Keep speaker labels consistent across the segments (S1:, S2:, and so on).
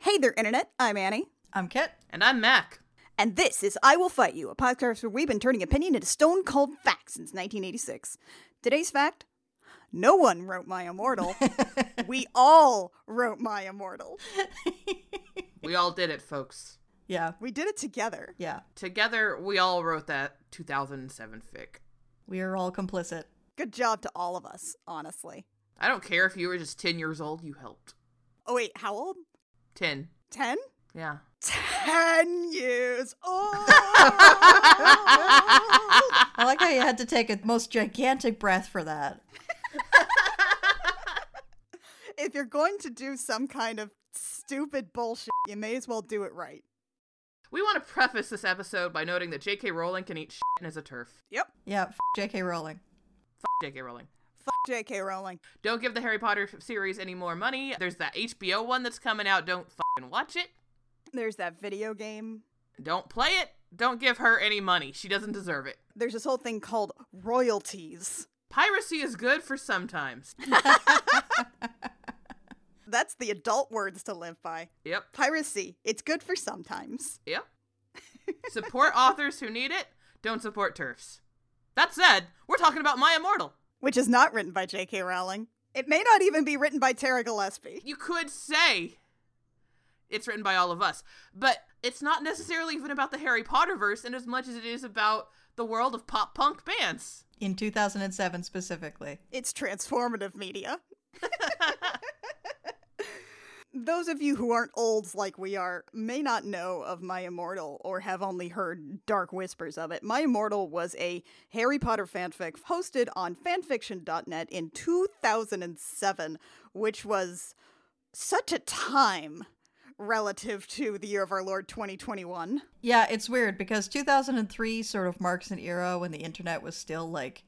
S1: Hey there, Internet. I'm Annie.
S2: I'm Kit.
S3: And I'm Mac.
S1: And this is I Will Fight You, a podcast where we've been turning opinion into stone cold fact since 1986. Today's fact no one wrote My Immortal. we all wrote My Immortal.
S3: We all did it, folks.
S2: Yeah.
S1: We did it together.
S2: Yeah.
S3: Together, we all wrote that 2007 fic.
S2: We are all complicit.
S1: Good job to all of us, honestly.
S3: I don't care if you were just 10 years old, you helped.
S1: Oh, wait, how old?
S3: 10.
S1: 10?
S3: Yeah.
S1: 10 years old!
S2: I like how you had to take a most gigantic breath for that.
S1: if you're going to do some kind of stupid bullshit, you may as well do it right.
S3: We want to preface this episode by noting that J.K. Rowling can eat shit and is a turf.
S1: Yep.
S2: Yeah, f- JK Rowling.
S3: F- J.K. Rowling.
S1: Fuck J.K. Rowling.
S3: Don't give the Harry Potter series any more money. There's that HBO one that's coming out. Don't fucking watch it.
S1: There's that video game.
S3: Don't play it. Don't give her any money. She doesn't deserve it.
S1: There's this whole thing called royalties.
S3: Piracy is good for sometimes.
S1: That's the adult words to live by.
S3: yep.
S1: Piracy, it's good for sometimes.
S3: Yep. support authors who need it. Don't support turfs. That said, we're talking about My Immortal.
S1: Which is not written by J.K. Rowling. It may not even be written by Tara Gillespie.
S3: You could say it's written by all of us, but it's not necessarily even about the Harry Potter verse in as much as it is about the world of pop punk bands.
S2: In 2007 specifically.
S1: It's transformative media. Those of you who aren't olds like we are may not know of My Immortal or have only heard dark whispers of it. My Immortal was a Harry Potter fanfic hosted on fanfiction.net in 2007, which was such a time relative to the year of our Lord 2021.
S2: Yeah, it's weird because 2003 sort of marks an era when the internet was still like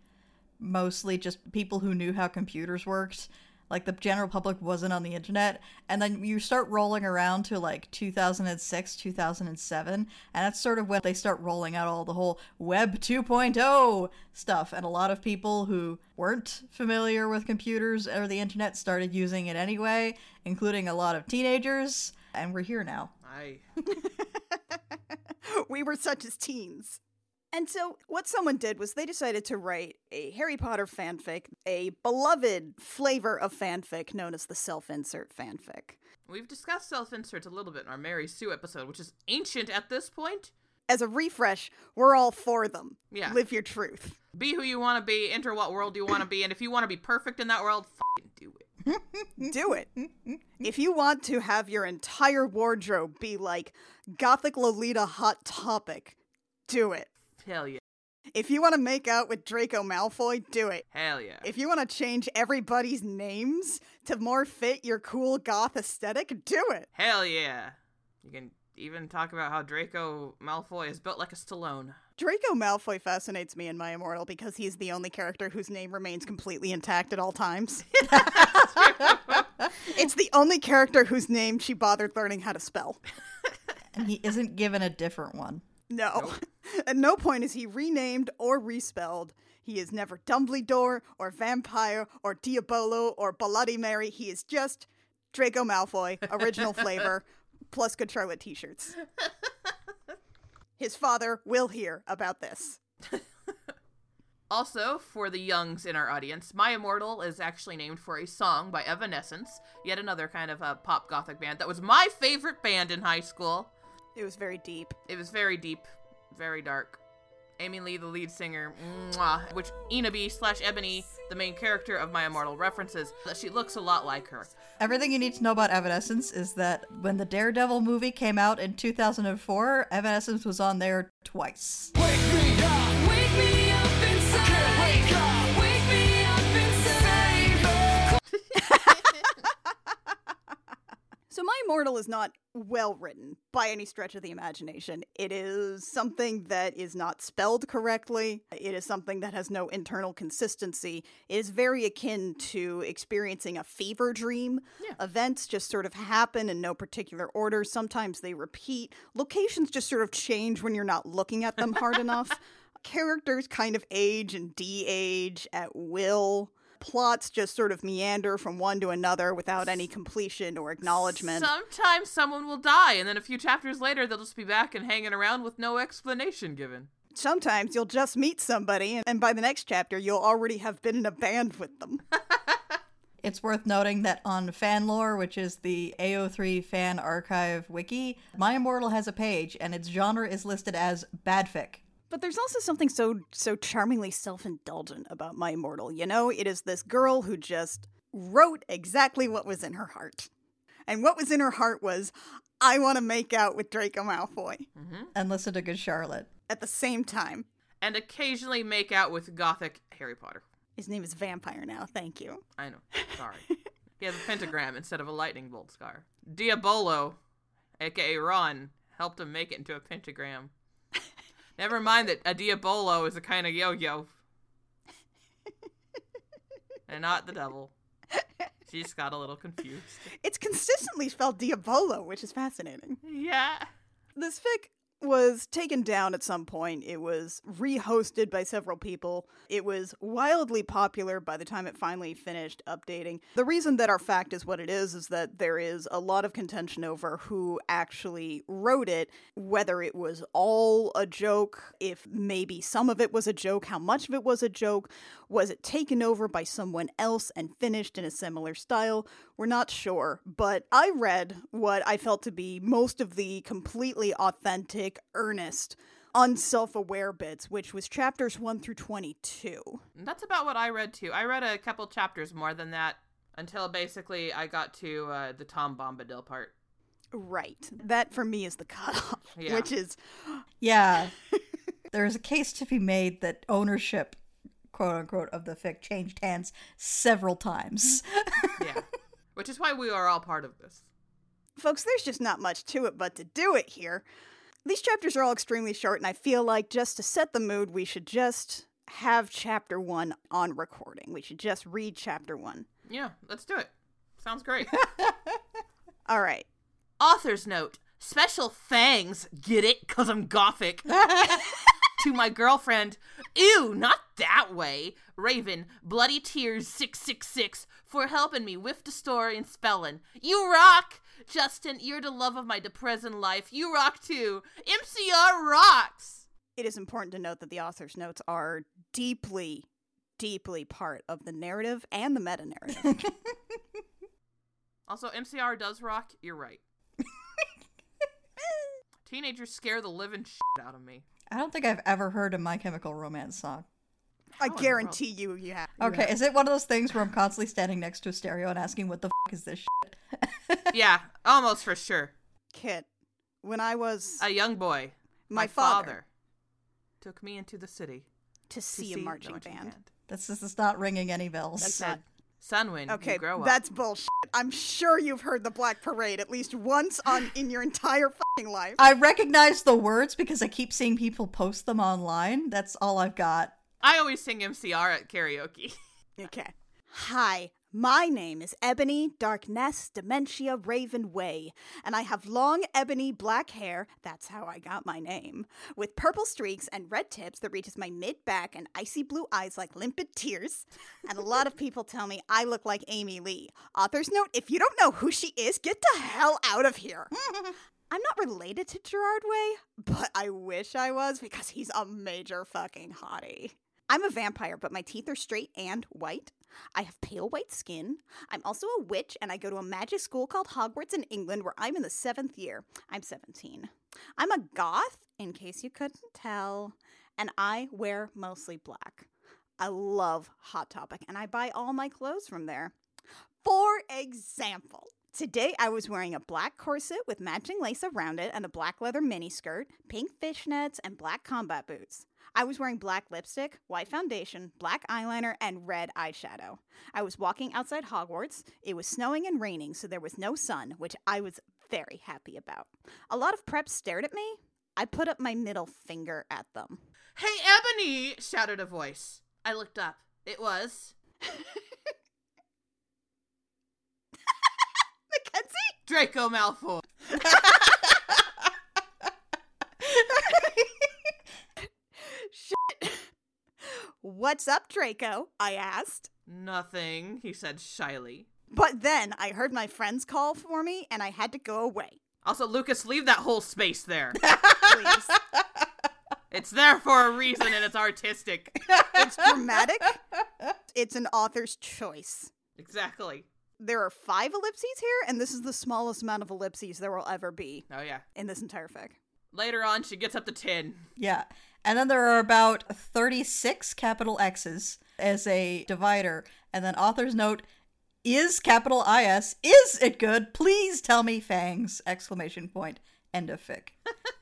S2: mostly just people who knew how computers worked. Like the general public wasn't on the internet. And then you start rolling around to like 2006, 2007. And that's sort of when they start rolling out all the whole Web 2.0 stuff. And a lot of people who weren't familiar with computers or the internet started using it anyway, including a lot of teenagers. And we're here now.
S3: I
S1: we were such as teens. And so, what someone did was they decided to write a Harry Potter fanfic, a beloved flavor of fanfic known as the self insert fanfic.
S3: we've discussed self inserts a little bit in our Mary Sue episode, which is ancient at this point.
S1: As a refresh, we're all for them.
S3: Yeah.
S1: Live your truth.
S3: Be who you want to be, enter what world you want to be, and if you want to be perfect in that world, fucking do it.
S1: Do it. if you want to have your entire wardrobe be like Gothic Lolita Hot Topic, do it.
S3: Hell yeah.
S1: If you want to make out with Draco Malfoy, do it.
S3: Hell yeah.
S1: If you want to change everybody's names to more fit your cool goth aesthetic, do it.
S3: Hell yeah. You can even talk about how Draco Malfoy is built like a Stallone.
S1: Draco Malfoy fascinates me in My Immortal because he's the only character whose name remains completely intact at all times. it's the only character whose name she bothered learning how to spell.
S2: and he isn't given a different one.
S1: No. At no point is he renamed or respelled. He is never Dumbledore or Vampire or Diabolo or Bloody Mary. He is just Draco Malfoy, original flavor, plus good Charlotte t shirts. His father will hear about this.
S3: Also, for the youngs in our audience, My Immortal is actually named for a song by Evanescence, yet another kind of a pop gothic band that was my favorite band in high school.
S1: It was very deep.
S3: It was very deep, very dark. Amy Lee, the lead singer, mwah, which Inabi slash Ebony, the main character of My Immortal, references that she looks a lot like her.
S2: Everything you need to know about Evanescence is that when the Daredevil movie came out in 2004, Evanescence was on there twice.
S4: Wake me up inside. wake up. Wake me up inside.
S1: So, My Immortal is not well written by any stretch of the imagination. It is something that is not spelled correctly. It is something that has no internal consistency. It is very akin to experiencing a fever dream.
S3: Yeah.
S1: Events just sort of happen in no particular order. Sometimes they repeat. Locations just sort of change when you're not looking at them hard enough. Characters kind of age and de age at will. plots just sort of meander from one to another without any completion or acknowledgement.
S3: Sometimes someone will die, and then a few chapters later, they'll just be back and hanging around with no explanation given.
S1: Sometimes you'll just meet somebody, and by the next chapter, you'll already have been in a band with them.
S2: It's worth noting that on Fanlore, which is the AO3 fan archive wiki, My Immortal has a page and its genre is listed as badfic.
S1: But there's also something so so charmingly self-indulgent about My Immortal. You know, it is this girl who just wrote exactly what was in her heart. And what was in her heart was I want to make out with Draco Malfoy
S2: And listen to Good Charlotte.
S1: at the same time.
S3: And occasionally make out with gothic Harry Potter.
S1: His name is Vampire now. Thank you.
S3: I know. Sorry. he has a pentagram instead of a lightning bolt scar. Diabolo, aka Ron, helped him make it into a pentagram. Never mind that a Diabolo is a kind of yo yo. and not the devil. She just got a little confused.
S1: It's consistently spelled Diabolo, which is fascinating.
S3: Yeah.
S1: This fic was taken down at some point. It was rehosted by several people. It was wildly popular by the time it finally finished updating. The reason that our fact is what it is is that there is a lot of contention over who actually wrote it, whether it was all a joke, if maybe some of it was a joke, how much of it was a joke, was it taken over by someone else and finished in a similar style? We're not sure, but I read what I felt to be most of the completely authentic, earnest, unself aware bits, which was chapters 1 through 22.
S3: And that's about what I read too. I read a couple chapters more than that until basically I got to uh, the Tom Bombadil part.
S1: Right. That for me is the cutoff,
S3: Yeah.
S1: which is
S2: Yeah. there is a case to be made that ownership, quote unquote, of the fic changed hands several times.
S3: Yeah. Which is why we are all part of this.
S1: folks, there's just not much to it but to do it here. These chapters are all extremely short, and I feel like just to set the mood, we should just have chapter one on recording. We should just read chapter one.
S3: Yeah, let's do it. Sounds great.
S1: All right.
S3: Author's note special fangs, get it? Cause I'm gothic. to my girlfriend, ew, not that way. Raven, bloody tears 666 for helping me with the story and spelling. You rock! Justin, you're the love of my depressing life. You rock too. MCR rocks!
S1: It is important to note that the author's notes are deeply, deeply part of the narrative and the meta narrative.
S3: Also, MCR does rock. You're right. Teenagers scare the living shit out of me.
S2: I don't think I've ever heard a My Chemical Romance song.
S1: I
S3: How in the world?
S1: guarantee you, you have.
S2: Okay, is it one of those things where I'm constantly standing next to a stereo and asking, what the f is this shit?
S3: yeah, almost for sure.
S1: Kit, when I was
S3: A young boy.
S1: my, father,
S3: took me into the city
S1: to
S3: to
S1: see, a
S3: the
S1: marching, band.
S2: This is, this is not ringing any bells.
S1: That's
S3: Said, Sunwin,
S1: Okay,
S3: you grow
S1: that's bullshit. I'm sure you've heard the Black Parade at least once on in your entire fucking life.
S2: I recognize the words because I keep seeing people post them online. That's all I've got.
S3: up. I always sing MCR at karaoke.
S1: Okay. Hi, my name is Ebony Darkness Dementia Raven Way, and I have long ebony black hair, that's how I got my name, with purple streaks and red tips that reaches my mid back and icy blue eyes like limpid tears. And a lot of people tell me I look like Amy Lee. Author's note if you don't know who she is, get the hell out of here. I'm not related to Gerard Way, but I wish I was because he's a major fucking hottie. I'm a vampire, but my teeth are straight and white. I have pale white skin. I'm also a witch, and I go to a magic school called Hogwarts in England where I'm in the seventh year. I'm 17. I'm a goth, in case you couldn't tell, and I wear mostly black. I love Hot Topic, and I buy all my clothes from there. For example, today I was wearing a black corset with matching lace around it and a black leather miniskirt, pink fishnets, and black combat boots. I was wearing black lipstick, white foundation, black eyeliner, and red eyeshadow. I was walking outside Hogwarts. It was snowing and raining, so there was no sun, which I was very happy about. A lot of preps stared at me. I put up my middle finger at them.
S3: hey, Ebony! shouted a voice. I looked up. It was
S1: Mackenzie?
S3: Draco Malfoy.
S1: What's up, Draco? I asked.
S3: Nothing, he said shyly.
S1: But then I heard my friends call for me and I had to go away.
S3: Also, Lucas, leave that whole space there.
S1: Please.
S3: it's there for a reason and it's artistic.
S1: it's dramatic. It's an author's choice.
S3: Exactly.
S1: There are five ellipses here, and this is the smallest amount of ellipses there will ever be
S3: Oh, yeah.
S1: in this entire fic.
S3: Later on, she gets up to 10.
S2: Yeah. And then there are about 36 capital X's as a divider. And then author's note is capital IS. Is it good? Please tell me fangs! Exclamation point. End of fic.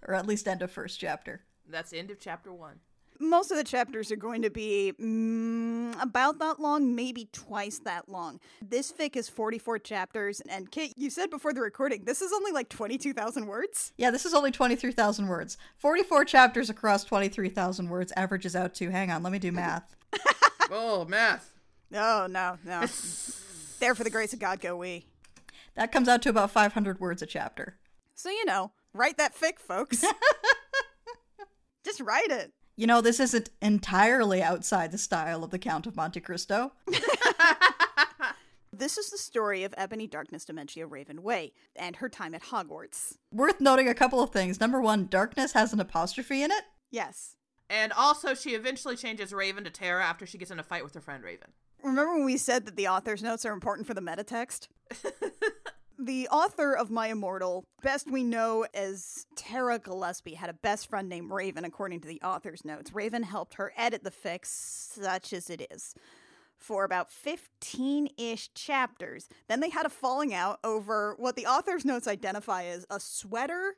S2: or at least end of first chapter.
S3: That's the end of chapter one.
S1: Most of the chapters are going to be mm, about that long, maybe twice that long. This fic is 44 chapters, and Kit, you said before the recording, this is only like 22,000 words.
S2: Yeah, this is only 23,000 words. 44 chapters across 23,000 words averages out to, hang on, let me do math.
S3: oh, math.
S1: Oh, no, no. there for the grace of God go we.
S2: That comes out to about 500 words a chapter.
S1: So, you know, write that fic, folks. Just write it.
S2: You know, this isn't entirely outside the style of the Count of Monte Cristo.
S1: This is the story of Ebony Darkness Dementia Raven Way and her time at Hogwarts.
S2: Worth noting a couple of things. Number one, darkness has an apostrophe in it.
S1: Yes.
S3: And also, she eventually changes Raven to Tara after she gets in a fight with her friend Raven.
S1: Remember when we said that the author's notes are important for the meta text? the author of My Immortal, best we know as Tara Gillespie, had a best friend named Raven, according to the author's notes. Raven helped her edit the fix, such as it is, for about 15 ish chapters. Then they had a falling out over what the author's notes identify as a sweater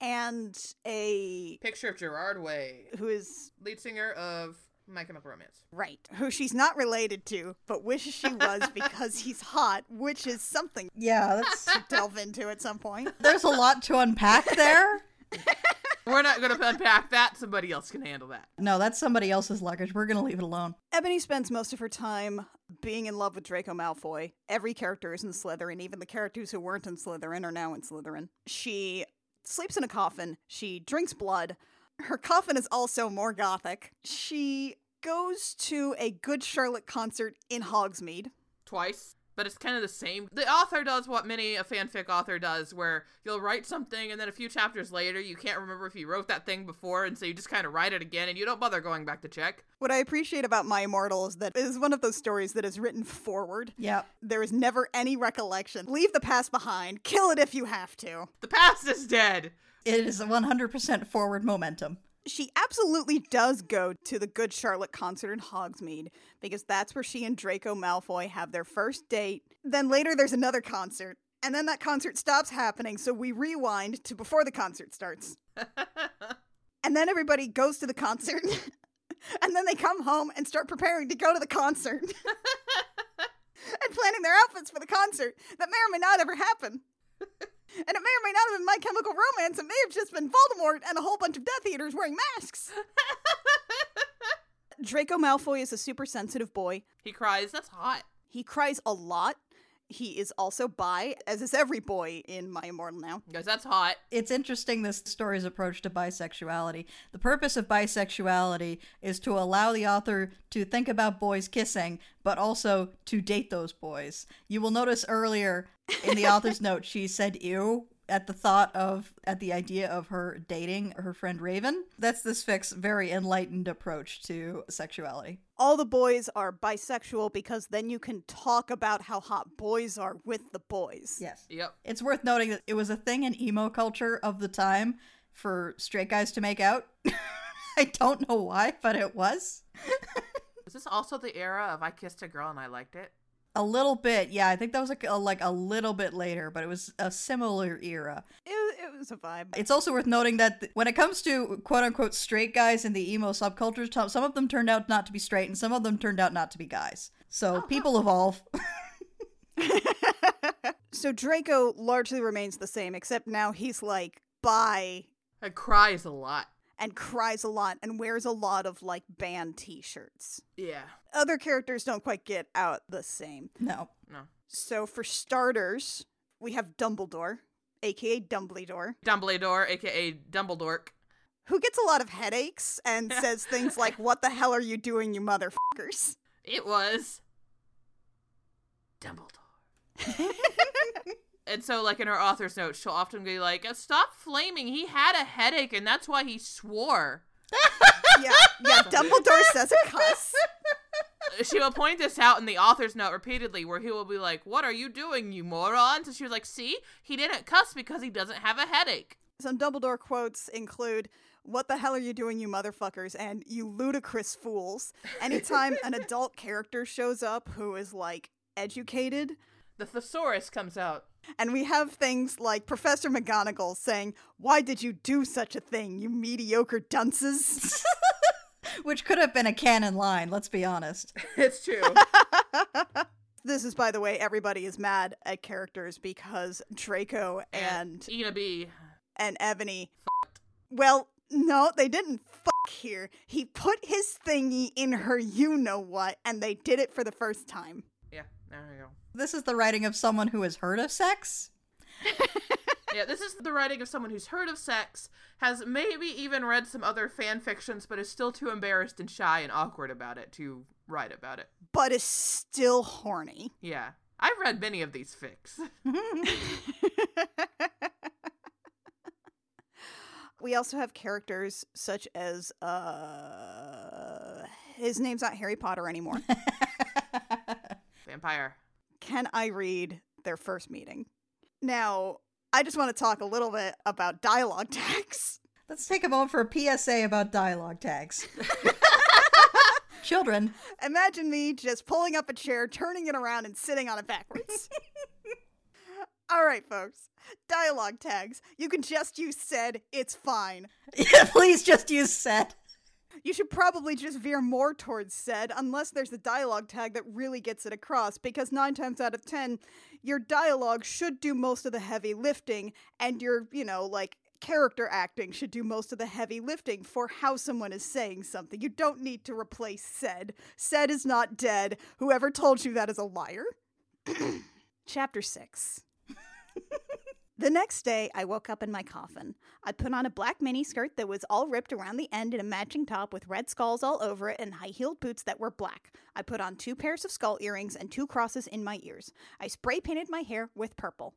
S1: and a.
S3: Picture of Gerard Way,
S1: Who is
S3: lead singer of My Chemical Romance.
S1: Right. Who she's not related to, but wishes she was because he's hot, which is something
S2: Yeah, that's
S1: to delve into at some point.
S2: there's a lot to unpack there.
S3: We're not going to unpack that. Somebody else can handle that.
S2: No, that's somebody else's luggage. We're gonna leave it alone.
S1: Ebony spends most of her time being in love with Draco Malfoy. Every character is in Slytherin, even the characters who weren't in Slytherin are now in Slytherin. She sleeps in a coffin. She drinks blood. Her coffin is also more gothic. She goes to a Good Charlotte concert in Hogsmeade.
S3: twice, but it's kind of the same. The author does what many a fanfic author does, where you'll write something and then a few chapters later you can't remember if you wrote that thing before, and so you just kind of write it again and you don't bother going back to check.
S1: What I appreciate about My Immortal is that it is one of those stories that is written forward.
S2: Yep.
S1: There is never any recollection. Leave the past behind. Kill it if you have to.
S3: The past is dead.
S2: It is a 100% forward momentum.
S1: She absolutely does go to the Good Charlotte concert in Hogsmeade because that's where she and Draco Malfoy have their first date. Then later there's another concert. And then that concert stops happening, so we rewind to before the concert starts. and then everybody goes to the concert. and then they come home and start preparing to go to the concert. and planning their outfits for the concert that may or may not ever happen. And it may or may not have been My Chemical Romance. It may have just been Voldemort and a whole bunch of Death Eaters wearing masks. Draco Malfoy is a super sensitive boy.
S3: He cries, That's hot.
S1: He cries a lot. He is also bi, as is every boy in My Immortal now.
S3: He goes, That's hot.
S2: It's interesting this story's approach to bisexuality. The purpose of bisexuality is to allow the author to think about boys kissing, but also to date those boys. You will notice earlier in the author's note, she said ew at the thought of, at the idea of her dating her friend Raven. That's this fix very enlightened approach to sexuality.
S1: All the boys are bisexual because then you can talk about how hot boys are with the boys.
S2: Yes.
S3: Yep.
S2: It's worth noting that it was a thing in emo culture of the time for straight guys to make out. I don't know why, but it was.
S3: Is this also the era of I kissed a girl and I liked it?
S2: A little bit, yeah. I think that was like a, like a little bit later, but it was a similar era.
S1: It, it was a vibe.
S2: It's also worth noting that th- when it comes to quote unquote straight guys in the emo subcultures, to- some of them turned out not to be straight and some of them turned out not to be guys. So people evolve.
S1: So Draco largely remains the same, except now he's like bi
S3: And cries a lot.
S1: and cries a lot and wears a lot of like band t shirts.
S3: Yeah.
S1: Other characters don't quite get out the same.
S2: no.
S3: No.
S1: So, for starters, we have Dumbledore, aka Dumbledore,
S3: Dumbledore, aka Dumbledork.
S1: who gets a lot of headaches and says things like, What the hell are you doing, you motherfuckers?
S3: It was. Dumbledore. and so, like in her author's note, she'll often be like, "Stop flaming. He had a headache, and that's why he swore."
S1: Yeah, yeah. Dumbledore says cuss.
S3: she will point this out in the author's note repeatedly, where he will be like, "What are you doing, you morons?" And she was like, "See, he didn't cuss because he doesn't have a headache."
S1: Some Dumbledore quotes include What the hell are you doing, you motherfuckers? and You ludicrous fools. Anytime an adult character shows up who is like educated,
S3: The thesaurus comes out.
S1: and we have things like Professor McGonagall saying, Why did you do such a thing, you mediocre dunces?
S2: Which could have been a canon line, let's be honest.
S3: It's true.
S1: this is, by the way, everybody is mad at characters because Draco and
S3: Ena B.
S1: and Ebony. Well, no, they didn't fuck here. He put his thingy in her, you know what, and they did it for the first time.
S3: Yeah, there we go.
S2: This is the writing of someone who has heard of sex.
S3: Yeah, this is the writing of someone who's heard of sex, has maybe even read some other fan fictions, but is still too embarrassed and shy and awkward about it to write about it.
S1: But is still horny.
S3: Yeah. I've read many of these fics.
S1: we also have characters such as uh his name's not Harry Potter anymore.
S3: Vampire.
S1: Can I read their first meeting? Now, I just want to talk a little bit about dialogue tags.
S2: Let's take a moment for a PSA about dialogue tags. Children,
S1: Imagine me just pulling up a chair, turning it around, and sitting on it backwards. All right, folks. Dialogue tags. You can just use said, it's fine.
S2: please just use said.
S1: You should probably just veer more towards said, unless there's a dialogue tag that really gets it across, because nine times out of ten, your dialogue should do most of the heavy lifting, and your, you know, like, character acting should do most of the heavy lifting for how someone is saying something. You don't need to replace said. Said is not dead. Whoever told you that is a liar. Chapter 6 the next day, I woke up in my coffin. I put on a black miniskirt that was all ripped around the end and a matching top with red skulls all over it and high heeled boots that were black. I put on two pairs of skull earrings and two crosses in my ears. I spray painted my hair with purple.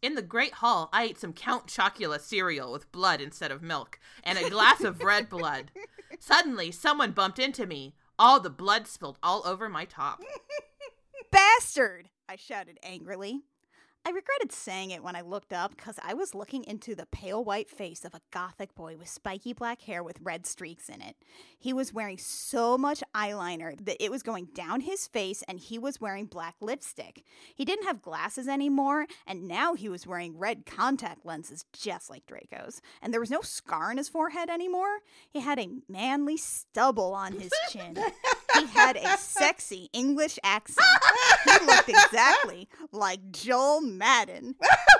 S3: In the Great Hall, I ate some Count Chocula cereal with blood instead of milk and a glass of red blood. Suddenly, someone bumped into me. All the blood spilled all over my top.
S1: Bastard! I shouted angrily. I regretted saying it when I looked up because I was looking into the pale white face of a gothic boy with spiky black hair with red streaks in it. He was wearing so much eyeliner that it was going down his face, and he was wearing black lipstick. He didn't have glasses anymore, and now he was wearing red contact lenses just like Draco's. And there was no scar on his forehead anymore. He had a manly stubble on his chin. he had a sexy English accent. He looked exactly like Joel Madden.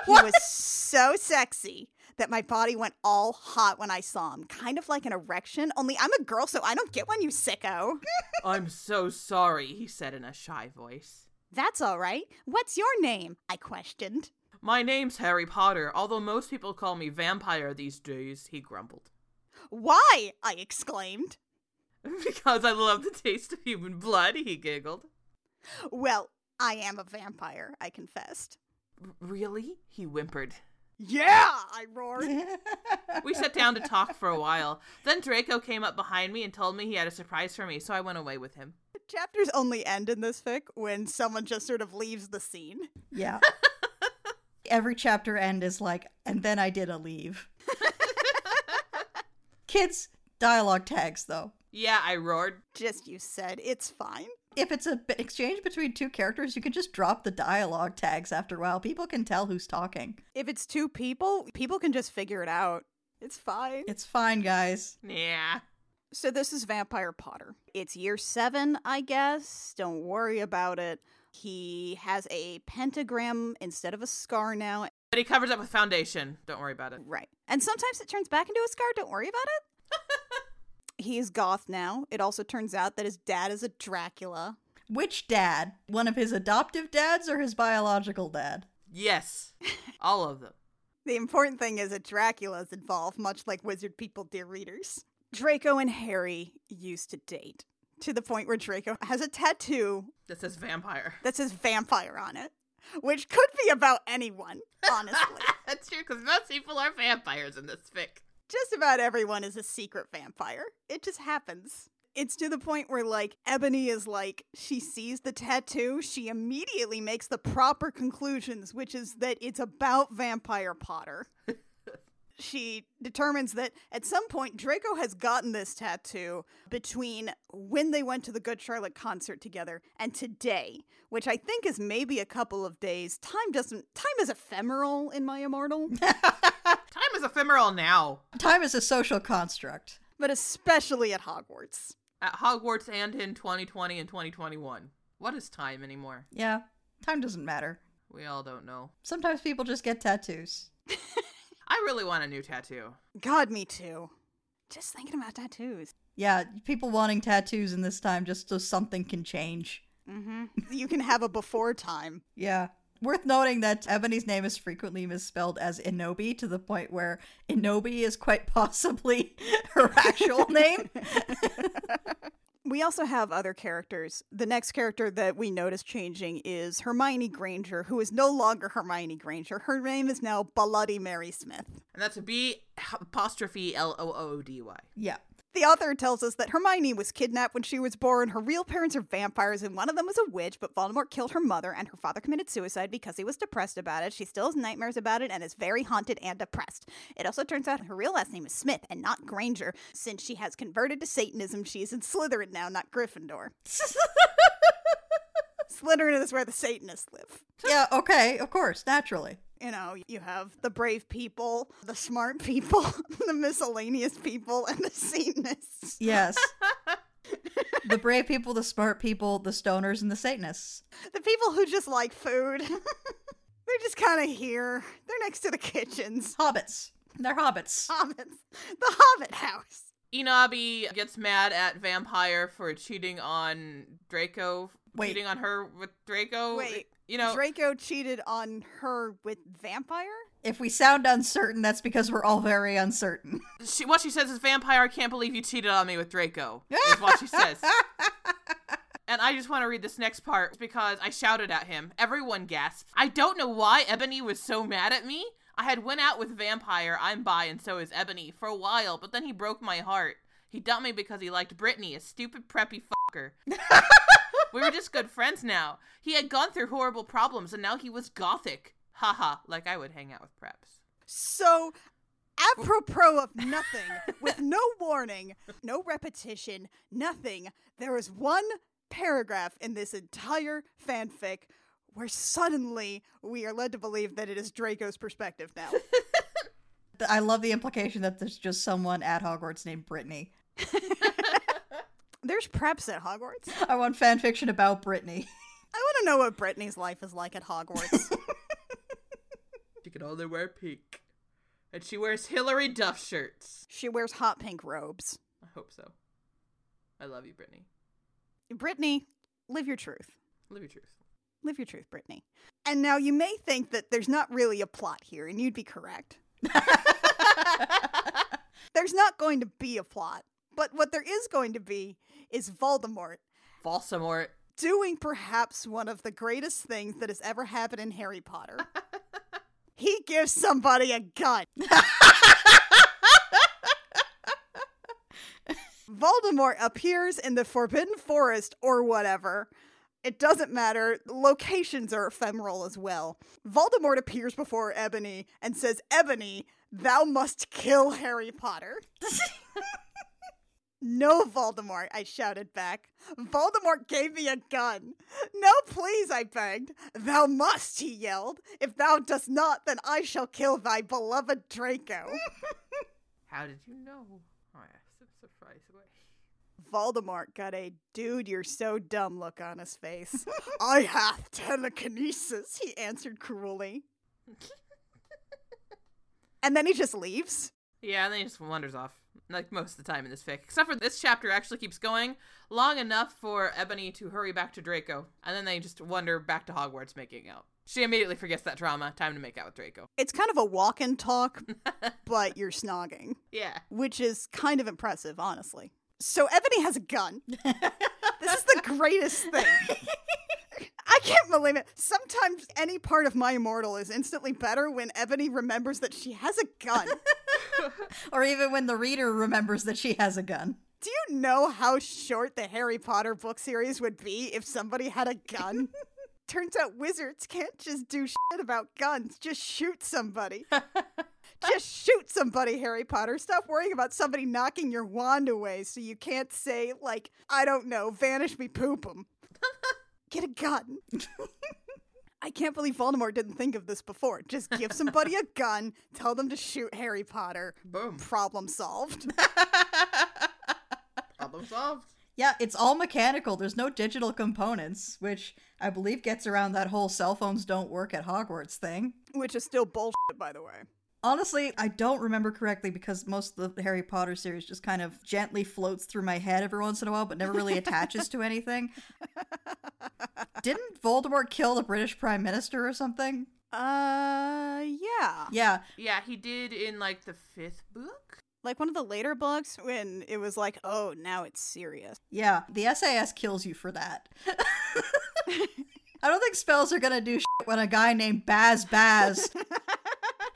S1: He was so sexy that my body went all hot when I saw him, kind of like an erection, only I'm a girl, so I don't get one, you sicko.
S3: I'm so sorry, he said in a shy voice.
S1: That's all right. What's your name? I questioned.
S3: My name's Harry Potter, although most people call me vampire these days, he grumbled.
S1: Why? I exclaimed.
S3: Because I love the taste of human blood, he giggled.
S1: Well, I am a vampire, I confessed.
S3: "R- really? He whimpered.
S1: Yeah, I roared.
S3: We sat down to talk for a while. Then Draco came up behind me and told me he had a surprise for me, so I went away with him.
S1: Chapters only end in this fic when someone just sort of leaves the scene.
S2: Yeah. Every chapter end is like, and then I did a leave. Kids, dialogue tags though.
S3: Yeah, I roared.
S1: Just you said, it's fine.
S2: If it's an exchange between two characters, you can just drop the dialogue tags after a while. People can tell who's talking.
S1: If it's two people, people can just figure it out. It's fine.
S2: It's fine, guys.
S3: Yeah.
S1: So this is Vampire Potter. It's year seven, I guess. Don't worry about it. He has a pentagram instead of a scar now.
S3: But he covers up with foundation. Don't worry about it.
S1: Right. And sometimes it turns back into a scar. Don't worry about it. he is goth now. It also turns out that his dad is a Dracula.
S2: Which dad? One of his adoptive dads or his biological dad?
S3: Yes. All of them.
S1: The important thing is that Dracula is involved, much like wizard people, dear readers. Draco and Harry used to date. to the point where Draco has a tattoo
S3: That says vampire.
S1: that says vampire on it, which could be about anyone, honestly.
S3: That's true, because most people are vampires in this fic.
S1: just about everyone is a secret vampire. It just happens. It's to the point where, like, Ebony is like, she sees the tattoo, she immediately makes the proper conclusions, which is that it's about Vampire Potter. she determines that at some point, Draco has gotten this tattoo between when they went to the Good Charlotte concert together and today, which I think is maybe a couple of days. Time doesn't, time is ephemeral in My Immortal.
S3: Time is ephemeral now.
S2: Time is a social construct.
S1: but especially at Hogwarts.
S3: At Hogwarts and in 2020 and 2021. What is time anymore?
S2: Yeah, time doesn't matter.
S3: We all don't know.
S2: Sometimes people just get tattoos.
S3: I really want a new tattoo.
S1: God, me too. Just thinking about tattoos.
S2: Yeah, people wanting tattoos in this time just so something can change.
S1: Mm-hmm. you can have a before time.
S2: Yeah. Worth noting that Ebony's name is frequently misspelled as Inobi to the point where Inobi is quite possibly her actual name.
S1: We also have other characters. The next character that we notice changing is Hermione Granger, who is no longer Hermione Granger. Her name is now Bloody Mary Smith.
S3: And that's B apostrophe L O O D Y.
S2: Yeah.
S1: The author tells us that Hermione was kidnapped when she was born. Her real parents are vampires, and one of them was a witch, but Voldemort killed her mother, and her father committed suicide because he was depressed about it. She still has nightmares about it and is very haunted and depressed. It also turns out her real last name is Smith and not Granger. Since she has converted to Satanism, she is in Slytherin now, not Gryffindor. Slytherin is where the Satanists live.
S2: yeah, okay, of course, naturally.
S1: You know, you have the brave people, the smart people, the miscellaneous people, and the Satanists.
S2: Yes. the brave people, the smart people, the stoners, and the Satanists.
S1: The people who just like food. They're just kind of here. They're next to the kitchens.
S2: Hobbits. They're hobbits.
S1: Hobbits. The Hobbit house.
S3: Inabi gets mad at Vampire for cheating on Draco.
S2: Wait.
S3: Cheating on her with Draco.
S1: Wait.
S3: You know,
S1: Draco cheated on her with Vampire?
S2: If we sound uncertain, that's because we're all very uncertain.
S3: she, what she says is, Vampire, I can't believe you cheated on me with Draco. Is what she says. And I just want to read this next part because I shouted at him. Everyone gasped. I don't know why Ebony was so mad at me. I had went out with Vampire, I'm bi and so is Ebony, for a while, but then he broke my heart. He dumped me because he liked Brittany, a stupid preppy fucker. we were just good friends now. He had gone through horrible problems and now he was gothic. Haha, like I would hang out with preps.
S1: So, apropos of nothing, with no warning, no repetition, nothing, there is one paragraph in this entire fanfic where suddenly we are led to believe that it is Draco's perspective now.
S2: Th- I love the implication that there's just someone at Hogwarts named Brittany.
S1: There's preps at Hogwarts.
S2: I want fanfiction about Brittany.
S1: I want to know what Brittany's life is like at Hogwarts.
S3: She could only wear pink. And she wears Hillary Duff shirts.
S1: she wears hot pink robes.
S3: I hope so. I love you, Brittany.
S1: Brittany, live your truth.
S3: Live your truth.
S1: Live your truth, Brittany. And now you may think that there's not really a plot here, and you'd be correct. There's not going to be a plot, but what there is going to be is Voldemort
S3: Balsamore.
S1: doing perhaps one of the greatest things that has ever happened in Harry Potter. he gives somebody a gun. Voldemort appears in the Forbidden Forest or whatever. It doesn't matter. Locations are ephemeral as well. Voldemort appears before Ebony and says, Ebony, thou must kill Harry Potter. No, Voldemort, I shouted back. Voldemort gave me a gun. No, please, I begged. Thou must, he yelled. If thou dost not, then I shall kill thy beloved Draco.
S3: How did you know? Oh, I asked him surprise away.
S1: Voldemort got a dude, you're so dumb look on his face. I hath telekinesis, he answered cruelly. and then he just leaves.
S3: Yeah, and then he just wanders off, like most of the time in this fic. Except for this chapter actually keeps going long enough for Ebony to hurry back to Draco, and then they just wander back to Hogwarts making out. She immediately forgets that trauma. Time to make out with Draco.
S1: It's kind of a walk and talk, but you're snogging,
S3: Yeah.
S1: which is kind of impressive, honestly. So Ebony has a gun. this is the greatest thing. I can't believe it. Sometimes any part of My Immortal is instantly better when Ebony remembers that she has a gun.
S2: or even when the reader remembers that she has a gun.
S1: Do you know how short the Harry Potter book series would be if somebody had a gun? Turns out wizards can't just do shit about guns. Just shoot somebody. just shoot somebody, Harry Potter. Stop worrying about somebody knocking your wand away so you can't say, like, I don't know, vanish me, poop 'em. Get a gun. I can't believe Voldemort didn't think of this before. Just give somebody a gun, tell them to shoot Harry Potter.
S3: Boom.
S1: Problem solved.
S3: Problem solved.
S2: Yeah, it's all mechanical. There's no digital components, which I believe gets around that whole cell phones don't work at Hogwarts thing.
S1: Which is still bullshit, by the way.
S2: Honestly, I don't remember correctly because most of the Harry Potter series just kind of gently floats through my head every once in a while, but never really attaches to anything. Didn't Voldemort kill the British Prime Minister or something?
S1: Uh, yeah.
S2: Yeah,
S3: Yeah, he did in like the fifth book.
S1: Like one of the later books when it was like, oh, now it's serious.
S2: yeah. The SAS kills you for that. I don't think spells are gonna do shit when a guy named Baz Baz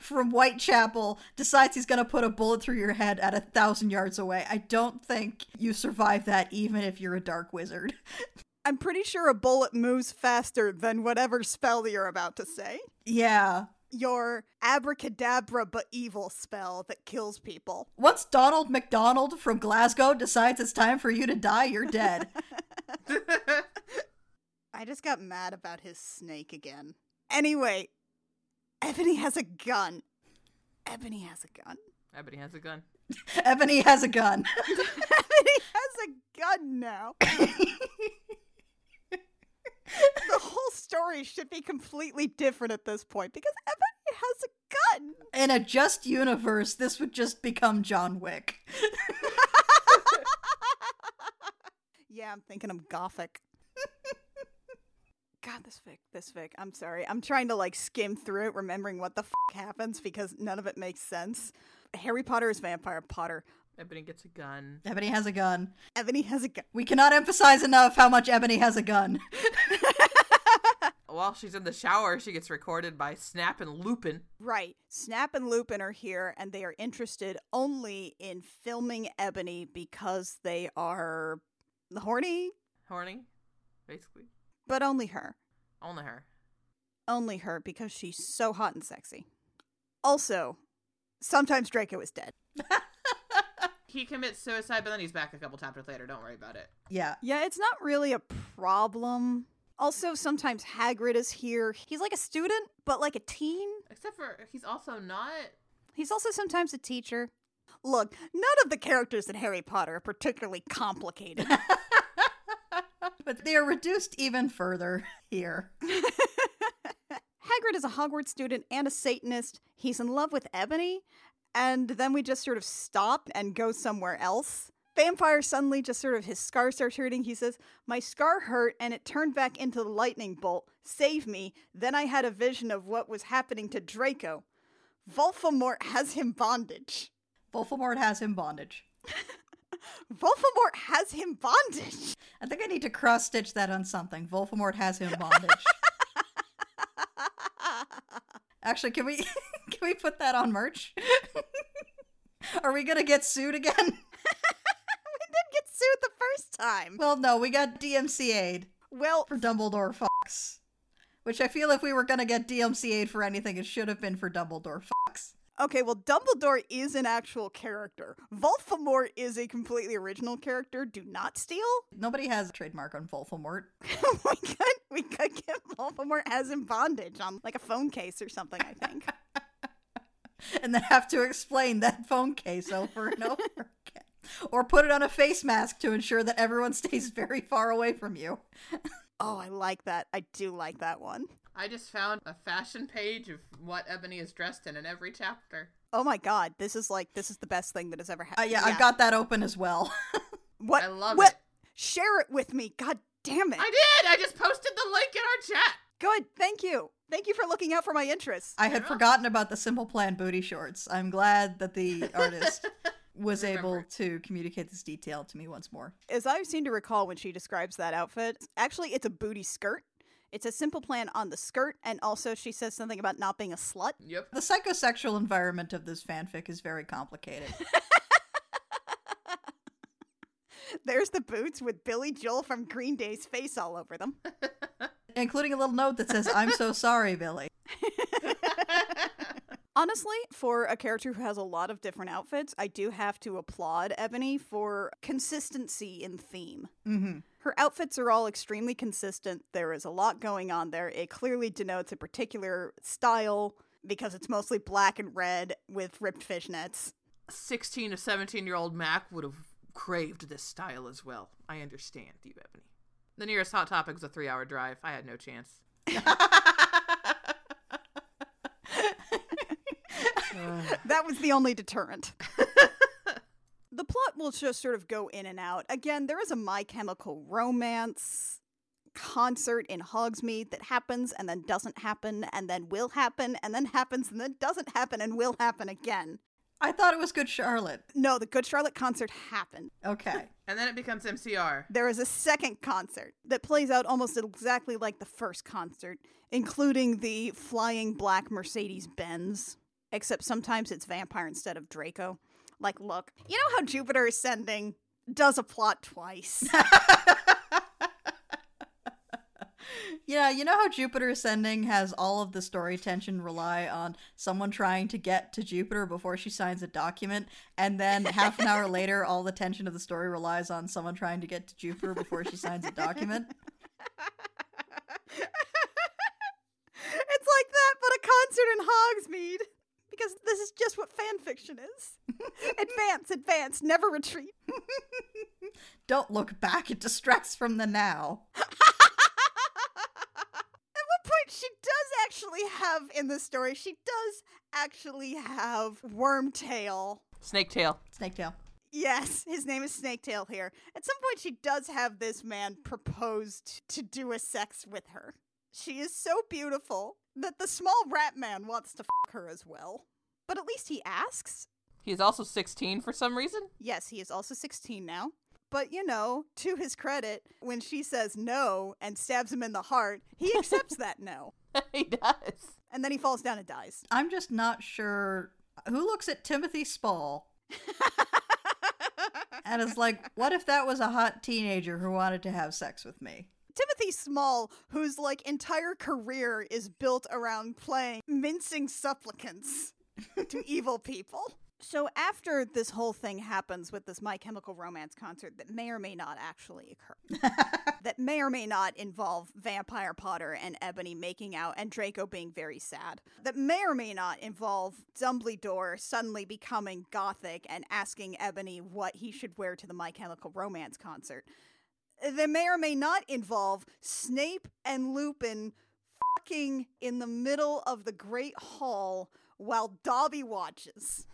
S2: from Whitechapel decides he's gonna put a bullet through your head at a thousand yards away. I don't think you survive that, even if you're a dark wizard.
S1: I'm pretty sure a bullet moves faster than whatever spell that you're about to say.
S2: Yeah.
S1: Your abracadabra but evil spell that kills people.
S2: Once Donald McDonald from Glasgow decides it's time for you to die, you're dead.
S1: I just got mad about his snake again. Anyway, Ebony has a gun. Ebony has a gun.
S3: Everybody has a gun.
S2: Ebony has a gun.
S1: Ebony has a gun now. the whole story should be completely different at this point because Ebony has a gun.
S2: In a just universe, this would just become John Wick.
S1: Yeah, I'm thinking I'm gothic. God, this fic, this fic. I'm sorry. I'm trying to like skim through it, remembering what the f- happens because none of it makes sense. Harry Potter is vampire Potter.
S3: Everybody gets a gun.
S2: Ebony has a gun.
S1: Ebony has a gun.
S2: We cannot emphasize enough how much Ebony has a gun.
S3: While she's in the shower, she gets recorded by Snap and Lupin.
S1: Right. Snap and Lupin are here, and they are interested only in filming Ebony because they are horny,
S3: Horny, basically.
S1: but only her.
S3: Only her.
S1: Only her because she's so hot and sexy. Also, sometimes Draco is dead.
S3: He commits suicide, but then he's back a couple chapters later. Don't worry about it.
S2: Yeah.
S1: Yeah, it's not really a problem. Also, sometimes Hagrid is here. He's like a student, but like a teen.
S3: Except for he's also not.
S1: He's also sometimes a teacher. Look, none of the characters in Harry Potter are particularly complicated.
S2: But they are reduced even further here.
S1: Hagrid is a Hogwarts student and a Satanist. He's in love with Ebony, and then we just sort of stop and go somewhere else. Vampire suddenly just sort of his scar starts hurting. He says, My scar hurt and it turned back into the lightning bolt. Save me. Then I had a vision of what was happening to Draco. Voldemort has him bondage.
S2: Voldemort has him bondage.
S1: Voldemort has him bondage.
S2: I think I need to cross stitch that on something. Voldemort has him bondage. Actually, can we can we put that on merch? Are we gonna get sued again?
S1: We didn't get sued the first time.
S2: Well, no, we got DMCA'd
S1: Well,
S2: for Dumbledore Fox, which I feel if we were gonna get DMCA'd for anything, it should have been for Dumbledore Fox.
S1: Okay, well, Dumbledore is an actual character. Voldemort is a completely original character. Do not steal.
S2: Nobody has a trademark on Voldemort.
S1: we could we could get Voldemort as in bondage on like a phone case or something. I think.
S2: and then have to explain that phone case over and over again. Or put it on a face mask to ensure that everyone stays very far away from you.
S1: oh, I like that. I do like that one.
S3: I just found a fashion page of what Ebony is dressed in in every chapter.
S1: Oh my god, this is like this is the best thing that has ever
S2: Uh,
S1: happened.
S2: yeah, I've got that open as well.
S1: what?
S3: I love
S1: what?
S3: it.
S1: Share it with me. God damn it.
S3: I did! I just posted the link in our chat!
S1: Good. Thank you. Thank you for looking out for my interests.
S2: I had forgotten about the Simple Plan booty shorts. I'm glad that the artist was able
S3: Remember.
S2: to communicate this detail to me once more.
S1: As I seem to recall when she describes that outfit, actually, it's a booty skirt. It's a simple plan on the skirt, and also she says something about not being a slut.
S3: Yep.
S2: The psychosexual environment of this fanfic is very complicated.
S1: There's the boots with Billy Joel from Green Day's face all over them.
S2: including a little note that says, I'm so sorry, Billy.
S1: Honestly, for a character who has a lot of different outfits, I do have to applaud Ebony for consistency in theme.
S2: hmm
S1: Her outfits are all extremely consistent. There is a lot going on there. It clearly denotes a particular style because it's mostly black and red with ripped fishnets.
S3: 16 to 17 year old Mac would have craved this style as well. I understand you, Ebony. The nearest Hot Topic was a three hour drive. I had no chance.
S1: That was the only deterrent. the plot will just sort of go in and out. Again, there is a My Chemical Romance concert in Hogsmeade that happens and then doesn't happen and then will happen and then happens and then doesn't happen and will happen again.
S2: I thought it was Good Charlotte.
S1: No, the Good Charlotte concert happened.
S2: Okay.
S3: And then it becomes MCR.
S1: There is a second concert that plays out almost exactly like the first concert, including the flying black Mercedes Benz, except sometimes it's vampire instead of Draco. Like, look, you know how Jupiter Ascending does a plot twice?
S2: Yeah, you know how Jupiter Ascending has all of the story tension rely on someone trying to get to Jupiter before she signs a document, and then half an hour later, all the tension of the story relies on someone trying to get to Jupiter before she signs a document?
S1: it's like that, but a concert in Hogsmeade. Because this is just what fan fiction is. advance, advance, never retreat.
S2: Don't look back, it distracts from the now.
S1: At one point, she does actually have in the story, she does actually have Wormtail.
S3: Snake Tail.
S2: Snaketail.
S1: Yes, his name is Snaketail here. At some point, she does have this man proposed to do a sex with her. She is so beautiful that the small rat man wants to f her as well. But at least he asks.
S3: He's also 16 for some reason.
S1: Yes, he is also 16 now. But, you know, to his credit, when she says no and stabs him in the heart, he accepts that no.
S3: he does.
S1: And then he falls down and dies.
S2: I'm just not sure who looks at Timothy Spall and is like, what if that was a hot teenager who wanted to have sex with me?
S1: Timothy Small, whose like entire career is built around playing mincing supplicants to evil people. So after this whole thing happens with this My Chemical Romance concert that may or may not actually occur, that may or may not involve Vampire Potter and Ebony making out and Draco being very sad, that may or may not involve Dumbledore suddenly becoming gothic and asking Ebony what he should wear to the My Chemical Romance concert, they may or may not involve Snape and Lupin fucking in the middle of the Great Hall while Dobby watches.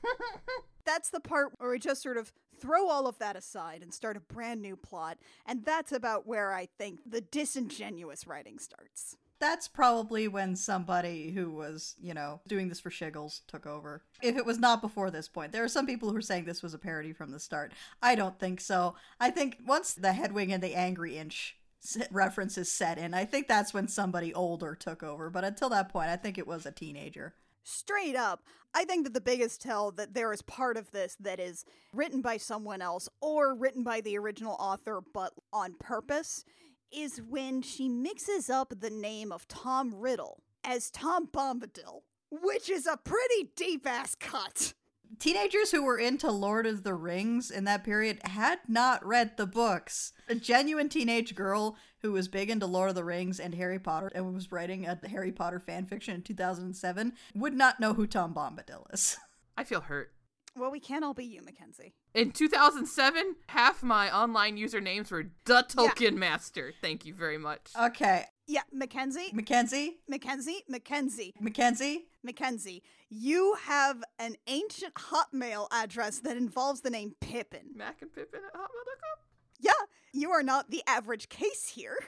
S1: that's the part where we just sort of throw all of that aside and start a brand new plot, and that's about where I think the disingenuous writing starts.
S2: That's probably when somebody who was, you know, doing this for shiggles took over. If it was not before this point, there are some people who are saying this was a parody from the start. I don't think so. I think once the Hedwig and the Angry Inch s- references set in, I think that's when somebody older took over. But until that point, I think it was a teenager.
S1: Straight up, I think that the biggest tell that there is part of this that is written by someone else or written by the original author but on purpose is when she mixes up the name of Tom Riddle as Tom Bombadil, which is a pretty deep ass cut.
S2: Teenagers who were into Lord of the Rings in that period had not read the books. A genuine teenage girl who was big into Lord of the Rings and Harry Potter and was writing a Harry Potter fanfiction in 2007 would not know who Tom Bombadil is.
S3: I feel hurt.
S1: Well, we can't all be you, Mackenzie.
S3: In 2007, half my online usernames were the Token Master. Thank you very much.
S2: Okay,
S1: Yeah, Mackenzie,
S2: Mackenzie,
S1: Mackenzie, Mackenzie,
S2: Mackenzie,
S1: Mackenzie, you have an ancient hotmail address that involves the name Pippin.
S3: Mac and Pippin at hotmail.com.
S1: Yeah, you are not the average case here.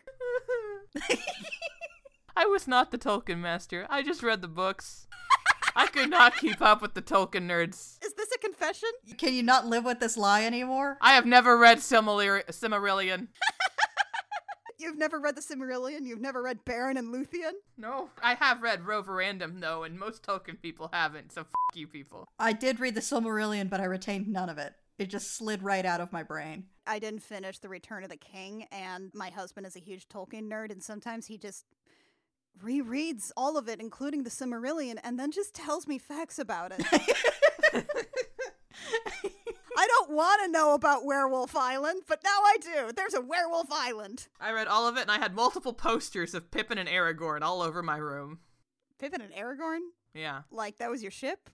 S3: I was not the Tolkien master. I just read the books. I could not keep up with the Tolkien nerds.
S1: Is this a confession?
S2: Can you not live with this lie anymore?
S3: I have never read Similar- Cimmerillion.
S1: You've never read The Cimmerillion? You've never read Baron and Luthien?
S3: No. I have read Roverandom, though, and most Tolkien people haven't, so f you people.
S2: I did read the Silmarillion, but I retained none of it. It just slid right out of my brain.
S1: I didn't finish The Return of the King, and my husband is a huge Tolkien nerd, and sometimes he just rereads all of it, including The Cimmerillion, and then just tells me facts about it. I don't want to know about Werewolf Island, but now I do. There's a Werewolf Island.
S3: I read all of it, and I had multiple posters of Pippin and Aragorn all over my room.
S1: Pippin and Aragorn?
S3: Yeah.
S1: Like, that was your ship?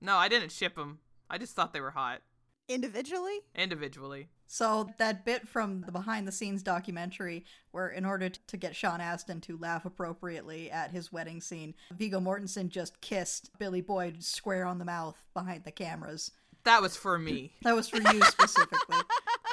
S3: No, I didn't ship them. I just thought they were hot
S1: Individually?
S3: individually.
S2: So that bit from the behind the scenes documentary where in order t- to get Sean Astin to laugh appropriately at his wedding scene, Vigo Mortensen just kissed Billy Boyd square on the mouth behind the cameras.
S3: That was for me.
S2: That was for you specifically.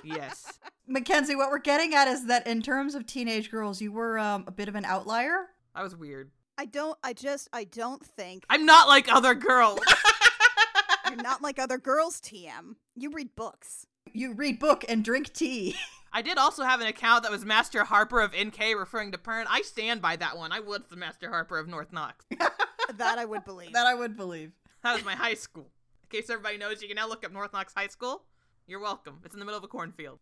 S3: yes.
S2: Mackenzie, what we're getting at is that in terms of teenage girls, you were um, a bit of an outlier.
S3: I was weird.
S1: I don't, I just, I don't think
S3: I'm not like other girls.
S1: you're not like other girls, TM. You read books.
S2: You read book and drink tea.
S3: I did also have an account that was Master Harper of NK referring to Pern. I stand by that one. I was the Master Harper of North Knox.
S1: That I would believe.
S2: that I would believe.
S3: That was my high school. In case everybody knows, you can now look up North Knox High School. You're welcome. It's in the middle of a cornfield.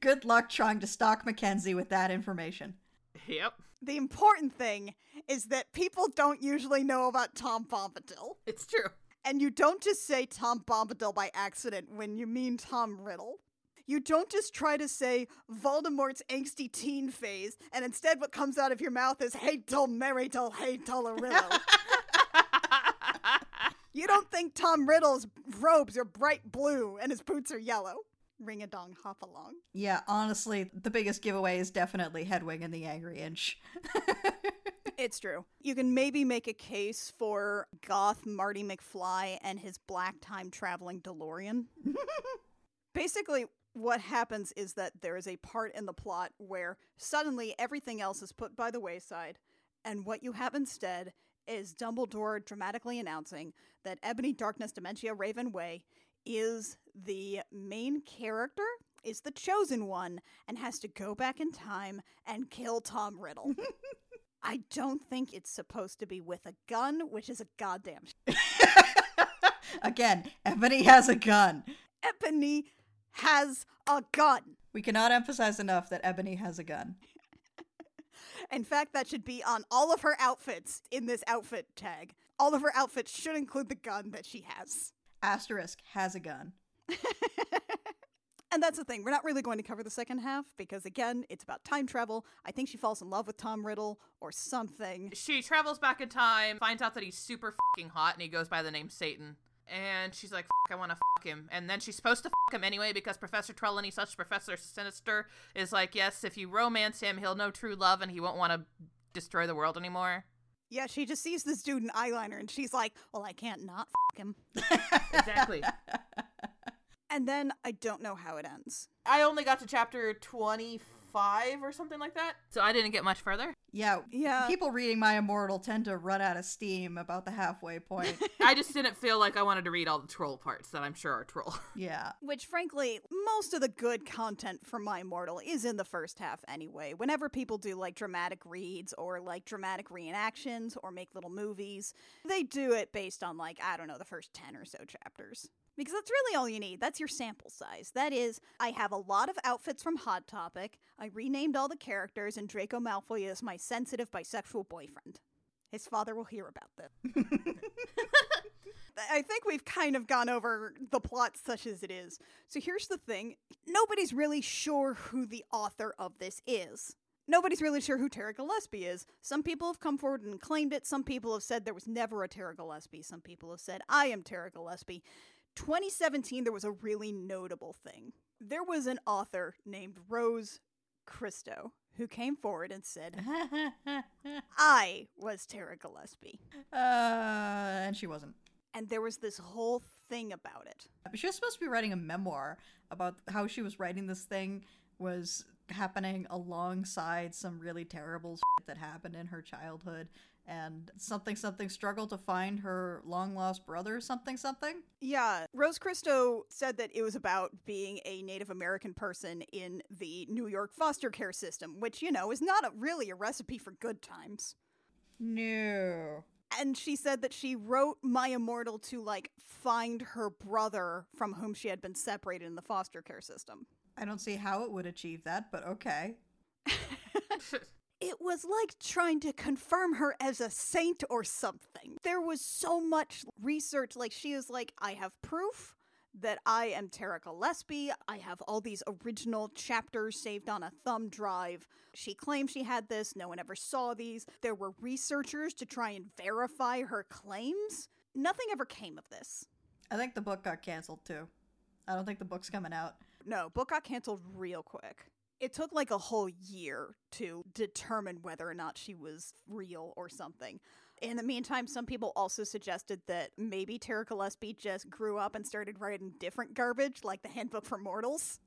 S2: Good luck trying to stalk Mackenzie with that information.
S3: yep.
S1: The important thing is that people don't usually know about Tom Bombadil.
S3: It's true.
S1: And you don't just say Tom Bombadil by accident when you mean Tom Riddle. You don't just try to say Voldemort's angsty teen phase, and instead what comes out of your mouth is, hey, dull Mary, dull, hey, Riddle. you don't think Tom Riddle's robes are bright blue and his boots are yellow. Ring a dong, hop along.
S2: Yeah, honestly, the biggest giveaway is definitely Hedwig and the Angry Inch.
S1: It's true. You can maybe make a case for goth Marty McFly and his black time traveling DeLorean. Basically, what happens is that there is a part in the plot where suddenly everything else is put by the wayside, and what you have instead is Dumbledore dramatically announcing that Ebony Darkness Dementia Raven Way is the main character, is the chosen one, and has to go back in time and kill Tom Riddle. I don't think it's supposed to be with a gun, which is a goddamn. Sh-
S2: Again, Ebony has a gun.
S1: Ebony has a gun.
S2: We cannot emphasize enough that Ebony has a gun.
S1: In fact, that should be on all of her outfits in this outfit tag. All of her outfits should include the gun that she has.
S2: Asterisk has a gun.
S1: And that's the thing. We're not really going to cover the second half because, again, it's about time travel. I think she falls in love with Tom Riddle or something.
S3: she travels back in time, finds out that he's super fucking hot, and he goes by the name Satan. And she's like, "Fuck, I want to fuck him." And then she's supposed to fuck him anyway because Professor Trelawney, such Professor Sinister, is like, "Yes, if you romance him, he'll know true love, and he won't want to destroy the world anymore."
S1: Yeah, she just sees this dude in eyeliner and she's like, well, I can't not f him.
S3: Exactly.
S1: And then I don't know how it ends.
S3: I only got to chapter twenty-five or something like that, so I didn't get much further.
S2: Yeah,
S1: Yeah.
S2: people reading My Immortal tend to run out of steam about the halfway point.
S3: I just didn't feel like I wanted to read all the troll parts that I'm sure are troll.
S2: yeah.
S1: Which, frankly, most of the good content from My Immortal is in the first half anyway. Whenever people do like dramatic reads or like dramatic reenactions or make little movies, they do it based on like, I don't know, the first 10 or so chapters. Because that's really all you need. That's your sample size. That is, I have a lot of outfits from Hot Topic. I renamed all the characters, and Draco Malfoy is my sensitive bisexual boyfriend. His father will hear about this. I think we've kind of gone over the plot such as it is. So here's the thing nobody's really sure who the author of this is. Nobody's really sure who Tara Gillespie is. Some people have come forward and claimed it. Some people have said there was never a Tara Gillespie. Some people have said, I am Tara Gillespie. 2017, there was a really notable thing. There was an author named Rose Christo who came forward and said,
S2: Uh-huh.
S1: I was Tara Gillespie.
S2: uh, and she wasn't.
S1: And there was this whole thing about it.
S2: She was supposed to be writing a memoir about how she was writing this thing was happening alongside some really terrible shit that happened in her childhood and something something struggled to find her long lost brother something something
S1: Yeah, Rose Christo said that it was about being a Native American person in the New York foster care system, which, you know, is not a, really a recipe for good times.
S2: no
S1: And she said that she wrote My Immortal to, like, find her brother from whom she had been separated in the foster care system.
S2: i don't see how it would achieve that but okay
S1: It was like trying to confirm her as a saint or something. There was so much research. Like, she is like, I have proof that I am Tara Gillespie. I have all these original chapters saved on a thumb drive. She claimed she had this. No one ever saw these. There were researchers to try and verify her claims. Nothing ever came of this.
S2: i think the book got canceled too i don't think the book's coming out
S1: No, book got canceled real quick. It took like a whole year to determine whether or not she was real or something. In the meantime, some people also suggested that maybe Tara Gillespie just grew up and started writing different garbage, like the Handbook for Mortals,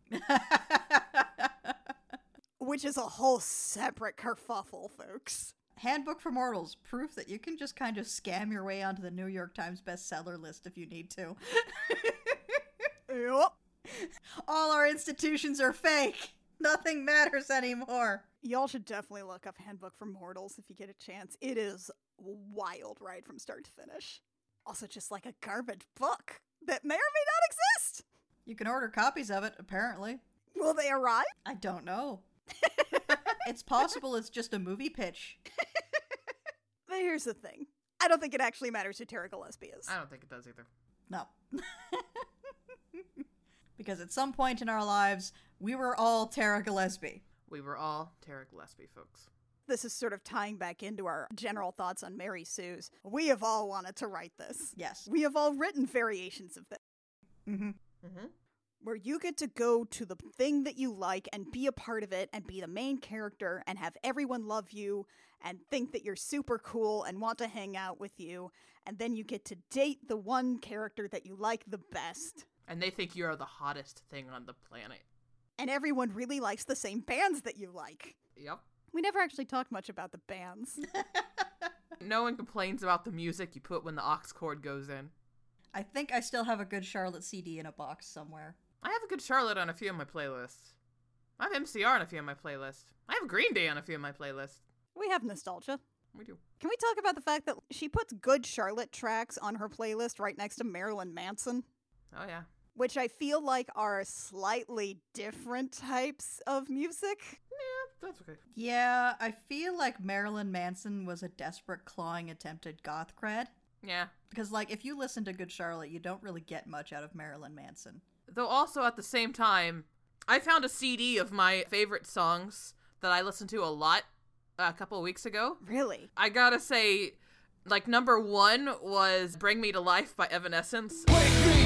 S1: which is a whole separate kerfuffle, folks.
S2: handbook for mortals proof that you can just kind of scam your way onto the new york times bestseller list if you need to
S1: Yup.
S2: all our institutions are fake nothing matters anymore
S1: Y'all should definitely look up Handbook for Mortals if you get a chance. It is wild right from start to finish. Also, just like a garbage book that may or may not exist.
S2: You can order copies of it, apparently.
S1: Will they arrive?
S2: I don't know. it's possible it's just a movie pitch.
S1: But here's the thing. I don't think it actually matters who Tara Gillespie is.
S3: I don't think it does either.
S2: No. because at some point in our lives, we were all Tara Gillespie.
S3: We were all Tara Gillespie folks.
S1: This is sort of tying back into our general thoughts on Mary Sue's. We have all wanted to write this.
S2: Yes.
S1: We have all written variations of this.
S3: Mm-hmm.
S1: Where you get to go to the thing that you like and be a part of it and be the main character and have everyone love you and think that you're super cool and want to hang out with you. And then you get to date the one character that you like the best.
S3: And they think you're the hottest thing on the planet.
S1: And everyone really likes the same bands that you like.
S3: Yep.
S1: We never actually talked much about the bands.
S3: No one complains about the music you put when the aux chord goes in.
S2: I think I still have a good Charlotte CD in a box somewhere.
S3: I have a good Charlotte on a few of my playlists. I have MCR on a few of my playlists. I have Green Day on a few of my playlists.
S1: we have nostalgia.
S3: We do.
S1: Can we talk about the fact that she puts good Charlotte tracks on her playlist right next to Marilyn Manson,
S3: Oh yeah.
S1: which I feel like are slightly different types of music?
S3: Yeah, that's okay.
S2: Yeah, I feel like Marilyn Manson was a desperate clawing attempt at goth cred.
S3: Yeah.
S2: Because, like, if you listen to Good Charlotte, you don't really get much out of Marilyn Manson.
S3: Though also at the same time, I found a CD of my favorite songs that I listened to a lot a couple of weeks ago.
S1: Really?
S3: I gotta say, like number one was "Bring Me to Life" by Evanescence.
S4: Wake me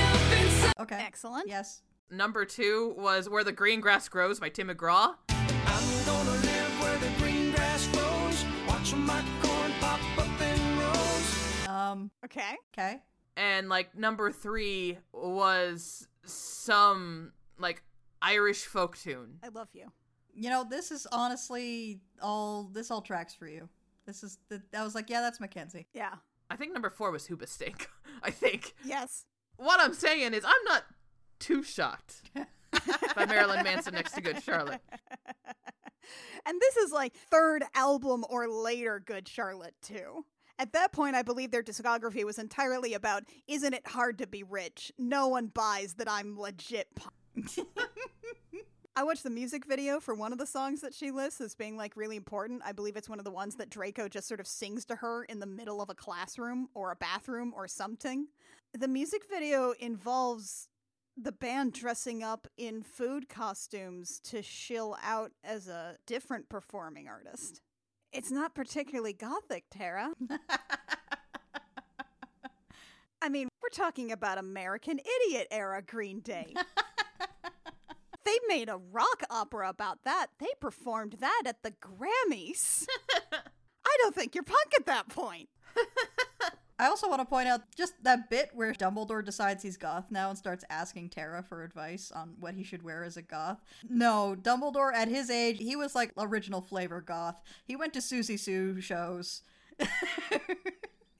S4: up inside.
S2: Okay.
S1: Excellent.
S2: Yes.
S3: Number two was "Where the Green Grass Grows" by Tim McGraw.
S5: I'm gonna live where the green grass grows. Watch my corn pop up in rows.
S2: Um,
S1: Okay.
S2: okay.
S3: and like number three was some like Irish folk tune.
S1: I love you.
S2: You know, this is honestly all this all tracks for you. This is the, I was like, yeah, that's Mackenzie.
S1: Yeah.
S3: I think number four was Hooba Stink. I think
S1: Yes.
S3: what I'm saying is I'm not too shocked by Marilyn Manson next to Good Charlotte.
S1: And this is like third album or later Good Charlotte, too. At that point, I believe their discography was entirely about Isn't It Hard to Be Rich? No one buys that I'm legit. po-" I watched the music video for one of the songs that she lists as being like really important. I believe it's one of the ones that Draco just sort of sings to her in the middle of a classroom or a bathroom or something. The music video involves the band dressing up in food costumes to shill out as a different performing artist. It's not particularly gothic, Tara. I mean, we're talking about American Idiot era Green Day. they made a rock opera about that. They performed that at the Grammys. I don't think you're punk at that point.
S2: I also want to point out just that bit where Dumbledore decides he's goth now and starts asking Tara for advice on what he should wear as a goth. No, Dumbledore at his age, he was like original flavor goth. He went to Susie Sue shows.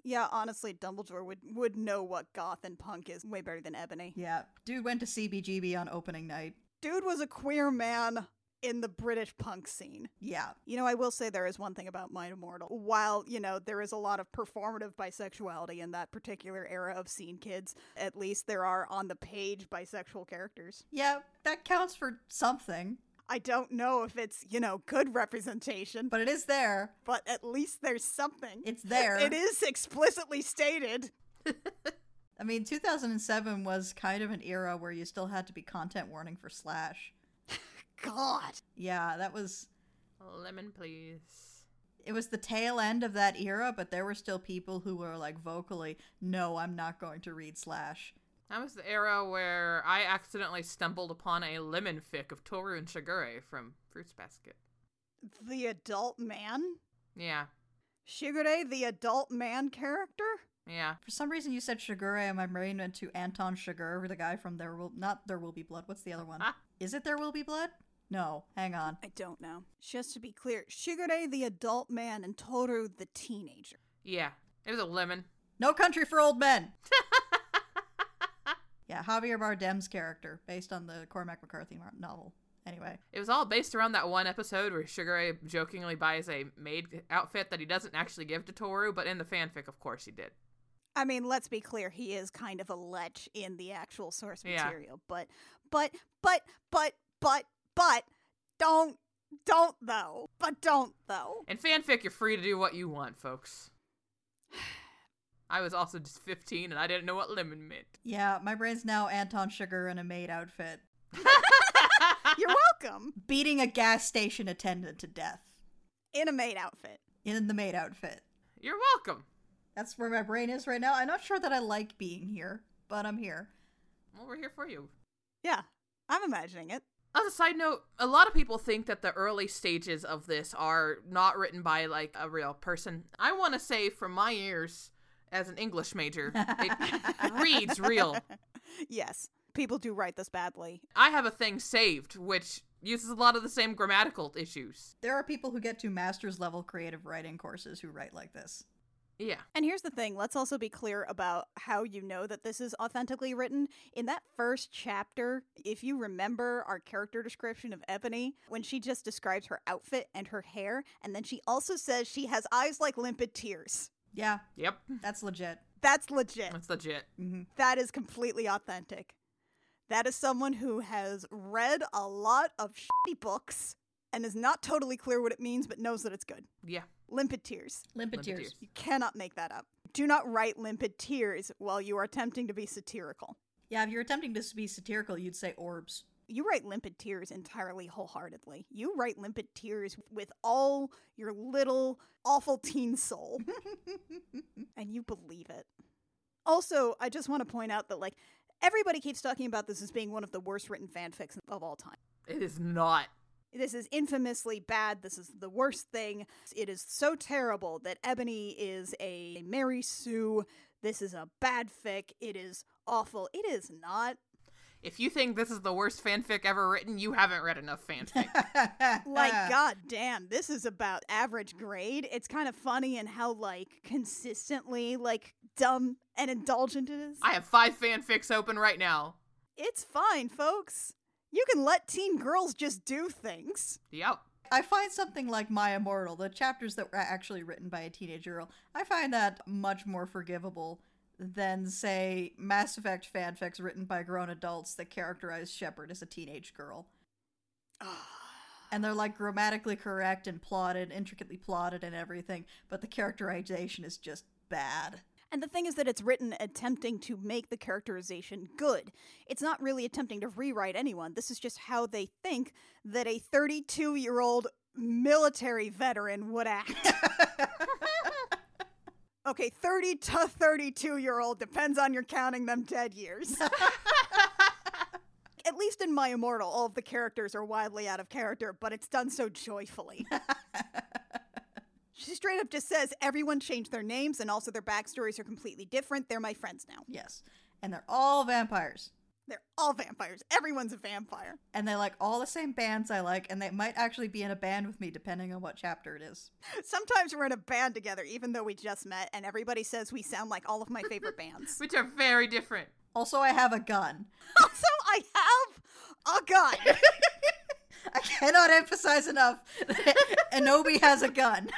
S1: Yeah, honestly, Dumbledore would, would know what goth and punk is way better than Ebony.
S2: Yeah, dude went to CBGB on opening night.
S1: Dude was a queer man in the British punk scene.
S2: Yeah.
S1: You know, I will say there is one thing about My Immortal. While, you know, there is a lot of performative bisexuality in that particular era of scene kids, at least there are on the page bisexual characters.
S2: Yeah, that counts for something,
S1: I don't know if it's, you know, good representation, but,
S2: but it is there.
S1: but at least there's something.
S2: It's there.
S1: It is explicitly stated.
S2: I mean, 2007 was kind of an era where you still had to be content warning for slash.
S1: God.
S2: Yeah, that was
S3: Lemon, please.
S2: it was the tail end of that era, but there were still people who were like vocally, "No, I'm not going to read slash."
S3: That was the era where I accidentally stumbled upon a lemon fic of Toru and Shigure from Fruits Basket.
S1: The adult man?
S3: Yeah,
S1: Shigure, the adult man character?
S3: yeah.
S2: For some reason, you said Shigure, and my brain went to Anton Chigurh, the guy from There Will Not There Will Be Blood. What's the other one?
S3: Ah.
S2: Is it There Will Be Blood? No, hang on.
S1: I don't know. Just to be clear, Shigure, the adult man, and Toru, the teenager.
S3: Yeah, it was a lemon.
S2: No Country for Old Men. yeah, Javier Bardem's character, based on the Cormac McCarthy mar- novel. Anyway,
S3: It was all based around that one episode where Shigure jokingly buys a maid outfit that he doesn't actually give to Toru, but in the fanfic, of course, he did.
S1: I mean, let's be clear, he is kind of a lech in the actual source
S3: Yeah.
S1: material, but but but but but but don't don't though. But don't though.
S3: In fanfic, you're free to do what you want, folks. I was also just 15 and I didn't know what lemon meant.
S2: yeah, my brain's now Anton Sugar in a maid outfit,
S1: You're welcome.
S2: beating a gas station attendant to death
S1: In a maid outfit.
S2: in the maid outfit.
S3: You're welcome.
S2: That's where my brain is right now. I'm not sure that I like being here, but I'm here.
S3: Well, we're here for you.
S1: Yeah. I'm imagining it.
S3: As a side note, a lot of people think that the early stages of this are not written by like a real person. I want to say, from my ears as an English major, it reads real.
S1: Yes. People do write this badly.
S3: I have a thing saved, which uses a lot of the same grammatical issues.
S2: There are people who get to master's level creative writing courses who write like this.
S3: Yeah.
S1: And here's the thing let's also be clear about how you know that this is authentically written. In that first chapter, if you remember our character description of Ebony, when she just describes her outfit and her hair, and then she also says she has eyes like limpid tears.
S2: Yeah,
S3: Yep.
S2: that's legit.
S1: That's legit.
S3: That's legit.
S1: That is completely authentic. That is someone who has read a lot of shitty books and is not totally clear what it means, but knows that it's good.
S3: Yeah.
S1: Limpid tears.
S2: Limpid
S3: Limpid
S2: tears.
S3: tears.
S1: Cannot make that up. Do not write limpid tears while you are attempting to be satirical.
S2: Yeah, if you're attempting to be satirical, you'd say orbs.
S1: You write limpid tears entirely wholeheartedly. You write limpid tears with all your little awful teen soul. and you believe it. Also, I just want to point out that, like, everybody keeps talking about this as being one of the worst written fanfics of all time.
S3: It is not.
S1: This is infamously bad. This is the worst thing. It is so terrible that Ebony is a Mary Sue. This is a bad fic. It is awful. It is not.
S3: If you think this is the worst fanfic ever written, you haven't read enough fanfic.
S1: Like, god damn, this is about average grade. It's kind of funny and how, like, consistently, like, dumb and indulgent it is.
S3: I have five fanfics open right now.
S1: It's fine, folks. You can let teen girls just do things.
S3: Yep.
S2: I find something like My Immortal, the chapters that were actually written by a teenage girl, I find that much more forgivable than, say, Mass Effect fanfics written by grown adults that characterize Shepard as a teenage girl. and they're like grammatically correct and plotted, intricately plotted and everything, but the characterization is just bad.
S1: And the thing is that it's written attempting to make the characterization good. It's not really attempting to rewrite anyone. This is just how they think that a 32 year old military veteran would act. okay, 30 to 32 year old depends on your counting them dead years. At least in My Immortal, all of the characters are wildly out of character, but it's done so joyfully. She straight up just says everyone changed their names and also their backstories are completely different. They're my friends now.
S2: Yes. And they're all vampires.
S1: They're all vampires. Everyone's a vampire.
S2: And they like all the same bands I like, and they might actually be in a band with me depending on what chapter it is.
S1: Sometimes we're in a band together, even though we just met, and everybody says we sound like all of my favorite bands.
S3: which are very different.
S2: Also, I have a gun.
S1: also, I have a gun.
S2: I cannot emphasize enough that Anobi has a gun.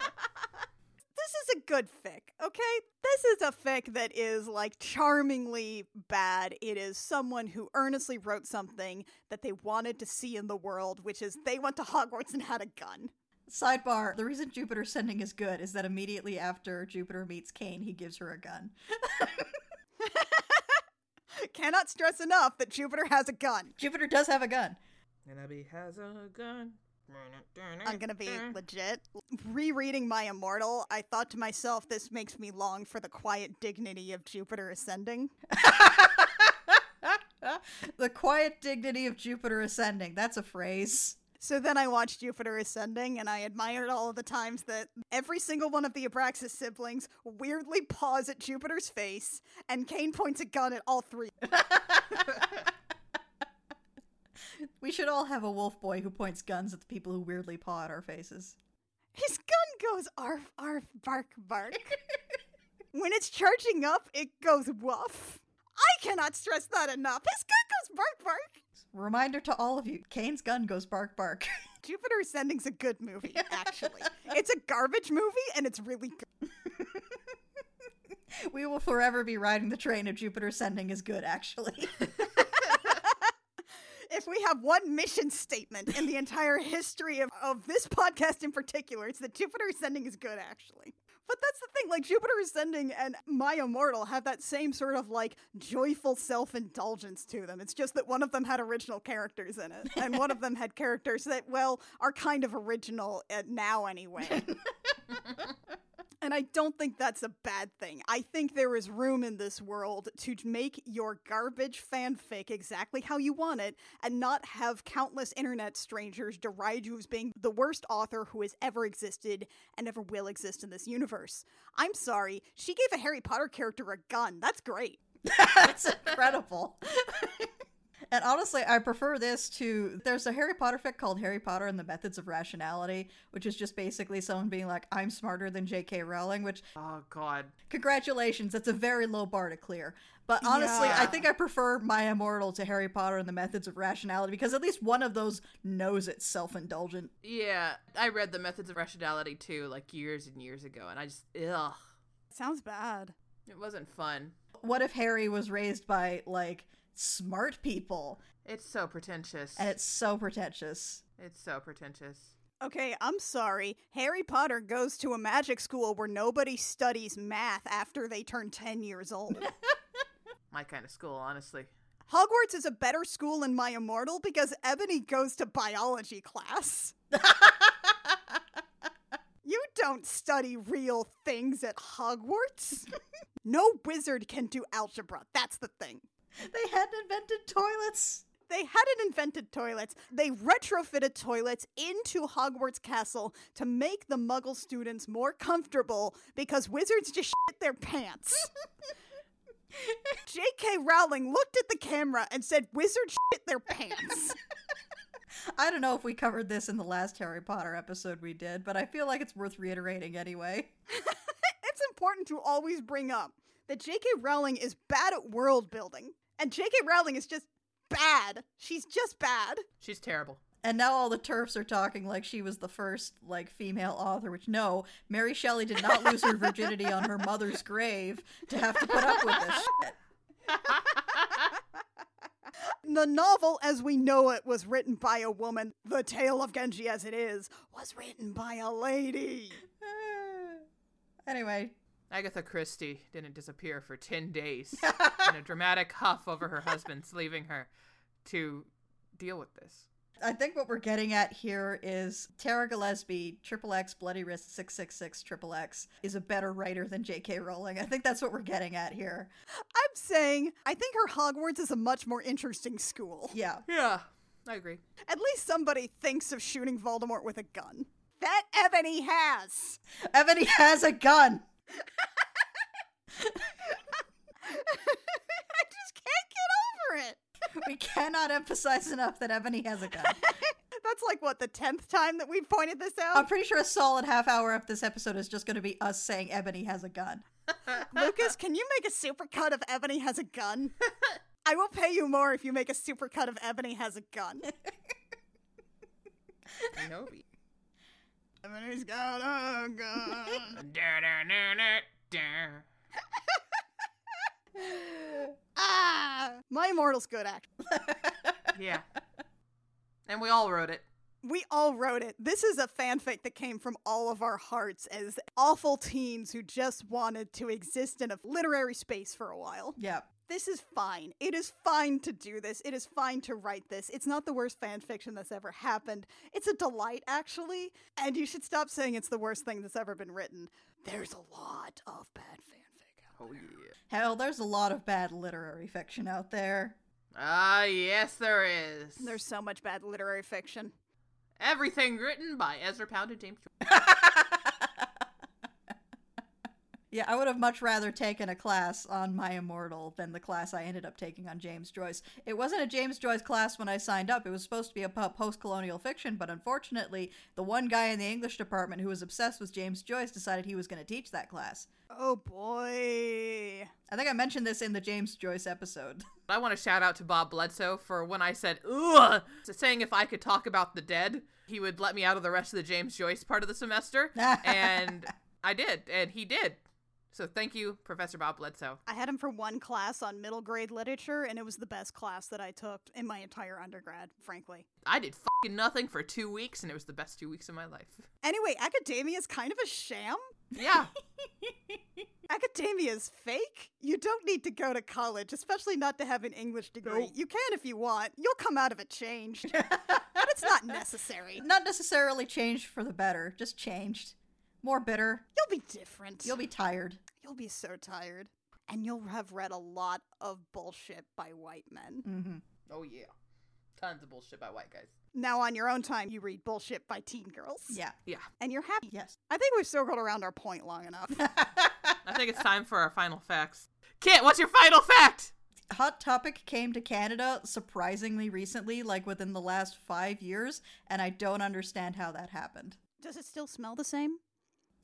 S1: this is a good fic, okay? This is a fic that is like charmingly bad. It is someone who earnestly wrote something that they wanted to see in the world, which is they went to Hogwarts and had a gun.
S2: Sidebar The reason Jupiter's sending is good is that immediately after Jupiter meets Cain, he gives her a gun.
S1: Cannot stress enough that Jupiter has a gun.
S2: Jupiter does have a gun.
S3: And Abby has a gun.
S1: I'm gonna be legit. Rereading My Immortal, I thought to myself, this makes me long for the quiet dignity of Jupiter ascending.
S2: The quiet dignity of Jupiter ascending. That's a phrase.
S1: So then I watched Jupiter Ascending and I admired all of the times that every single one of the Abraxas siblings weirdly paws at Jupiter's face and Kane points a gun at all three.
S2: We should all have a wolf boy who points guns at the people who weirdly paw at our faces.
S1: His gun goes arf, arf, bark, bark. when it's charging up, it goes woof. I cannot stress that enough. His gun goes bark, bark.
S2: Reminder to all of you Kane's gun goes bark bark.
S1: Jupiter Ascending's a good movie, actually. it's a garbage movie and it's really good.
S2: we will forever be riding the train of Jupiter ascending is good, actually.
S1: If we have one mission statement in the entire history of, of this podcast in particular, it's that Jupiter Ascending is good, actually. But that's the thing, like Jupiter Ascending and My Immortal have that same sort of like joyful self indulgence to them. It's just that one of them had original characters in it, and one of them had characters that, well, are kind of original uh, now anyway. And I don't think that's a bad thing. I think there is room in this world to make your garbage fanfic exactly how you want it and not have countless internet strangers deride you as being the worst author who has ever existed and ever will exist in this universe. I'm sorry, she gave a Harry Potter character a gun. That's great.
S2: That's incredible. and honestly, I prefer this to. There's a Harry Potter fic called Harry Potter and the Methods of Rationality, which is just basically someone being like, I'm smarter than J.K. Rowling, which,
S3: Oh God.
S2: congratulations, that's a very low bar to clear. But honestly, I
S1: Yeah.
S2: think I prefer My Immortal to Harry Potter and the Methods of Rationality because at least one of those knows it's self indulgent.
S3: Yeah, I read the Methods of Rationality too, like years and years ago, and I just ugh,
S1: Sounds bad.
S3: it wasn't fun.
S2: What if Harry was raised by, like, smart people?
S3: It's so pretentious.
S2: And it's so pretentious.
S3: it's so pretentious.
S1: Okay, I'm sorry. Harry Potter goes to a magic school where nobody studies math after they turn 10 years old.
S3: My kind of school, honestly.
S1: Hogwarts is a better school in My Immortal because Ebony goes to biology class. you don't study real things at Hogwarts. no wizard can do algebra. That's the thing.
S2: They hadn't invented toilets.
S1: They hadn't invented toilets. They retrofitted toilets into Hogwarts Castle to make the muggle students more comfortable because wizards just shit their pants. J.K. Rowling looked at the camera and said, Wizards shit their pants.
S2: I don't know if we covered this in the last Harry Potter episode we did, but I feel like it's worth reiterating anyway.
S1: it's important to always bring up that J.K. Rowling is bad at world building, and J.K. Rowling is just bad. She's just bad.
S3: She's terrible.
S2: And now all the turfs are talking like she was the first like female author, which no, Mary Shelley did not lose her virginity on her mother's grave to have to put up with this shit.
S1: The novel as we know it was written by a woman. The Tale of Genji as it is was written by a lady.
S2: Anyway,
S3: Agatha Christie didn't disappear for ten days in a dramatic huff over her husband's leaving her to deal with this.
S2: I think what we're getting at here is Tara Gillespie, Triple X, Bloody Wrist, 666, Triple X, is a better writer than J.K. Rowling. I think that's what we're getting at here.
S1: I'm saying I think her Hogwarts is a much more interesting school.
S2: Yeah.
S3: Yeah, I agree.
S1: At least somebody thinks of shooting Voldemort with a gun. that Ebony has.
S2: Ebony has a gun.
S1: I just can't get over it.
S2: We cannot emphasize enough that Ebony has a gun.
S1: That's like what the tenth time that we've pointed this
S2: I'm
S1: out.
S2: pretty sure a solid half hour of this episode is just going to be us saying Ebony has a gun.
S1: Lucas, can you make a supercut of Ebony has a gun? I will pay you more if you make a supercut of Ebony has a gun.
S3: Nobi.
S1: Ebony's got a gun. ah, my immortal's good act.
S3: yeah. And we all wrote it.
S1: We all wrote it. This is a fanfic that came from all of our hearts as awful teens who just wanted to exist in a literary space for a while.
S2: Yep.
S1: This is fine. It is fine to do this. It is fine to write this. It's not the worst fanfiction that's ever happened. It's a delight, actually. And you should stop saying it's the worst thing that's ever been written. There's a lot of bad fanfic out
S3: Oh, yeah.
S2: Hell, there's a lot of bad literary fiction out there.
S3: Ah, yes, there is.
S1: there. There's so much bad literary fiction.
S3: everything written by Ezra Pound and James. Joyce.
S2: Yeah, I would have much rather taken a class on My Immortal than the class I ended up taking on James Joyce. It wasn't a James Joyce class when I signed up. It was supposed to be a post colonial fiction, but unfortunately, the one guy in the English department who was obsessed with James Joyce decided he was going to teach that class.
S1: Oh boy.
S2: I think I mentioned this in the James Joyce episode.
S3: I want to shout out to Bob Bledsoe for when I said "ugh," saying if I could talk about the dead, he would let me out of the rest of the James Joyce part of the semester, and I did, and he did. So thank you, Professor Bob Bledsoe.
S1: I had him for one class on middle grade literature, and it was the best class that I took in my entire undergrad, frankly.
S3: I did fucking nothing for two weeks, and it was the best two weeks of my life.
S1: Anyway, academia is kind of a sham.
S3: Yeah,
S1: Academia is fake. You don't need to go to college, especially not to have an English degree. You can if you want. You'll come out of it changed. but it's not necessary.
S2: Not necessarily changed for the better, just changed. More bitter.
S1: You'll be different.
S2: You'll be tired.
S1: You'll be so tired. And you'll have read a lot of bullshit by white men.
S2: Mm-hmm.
S3: oh yeah, tons of bullshit by white guys.
S1: Now, on your own time, you read bullshit by teen girls.
S2: Yeah.
S3: Yeah,
S1: And you're happy.
S2: Yes.
S1: I think we've circled around our point long enough.
S3: I think it's time for our final facts. Kit, what's your final fact?
S2: Hot Topic came to Canada surprisingly recently, like within the last five years, and I don't understand how that happened.
S1: Does it still smell the same?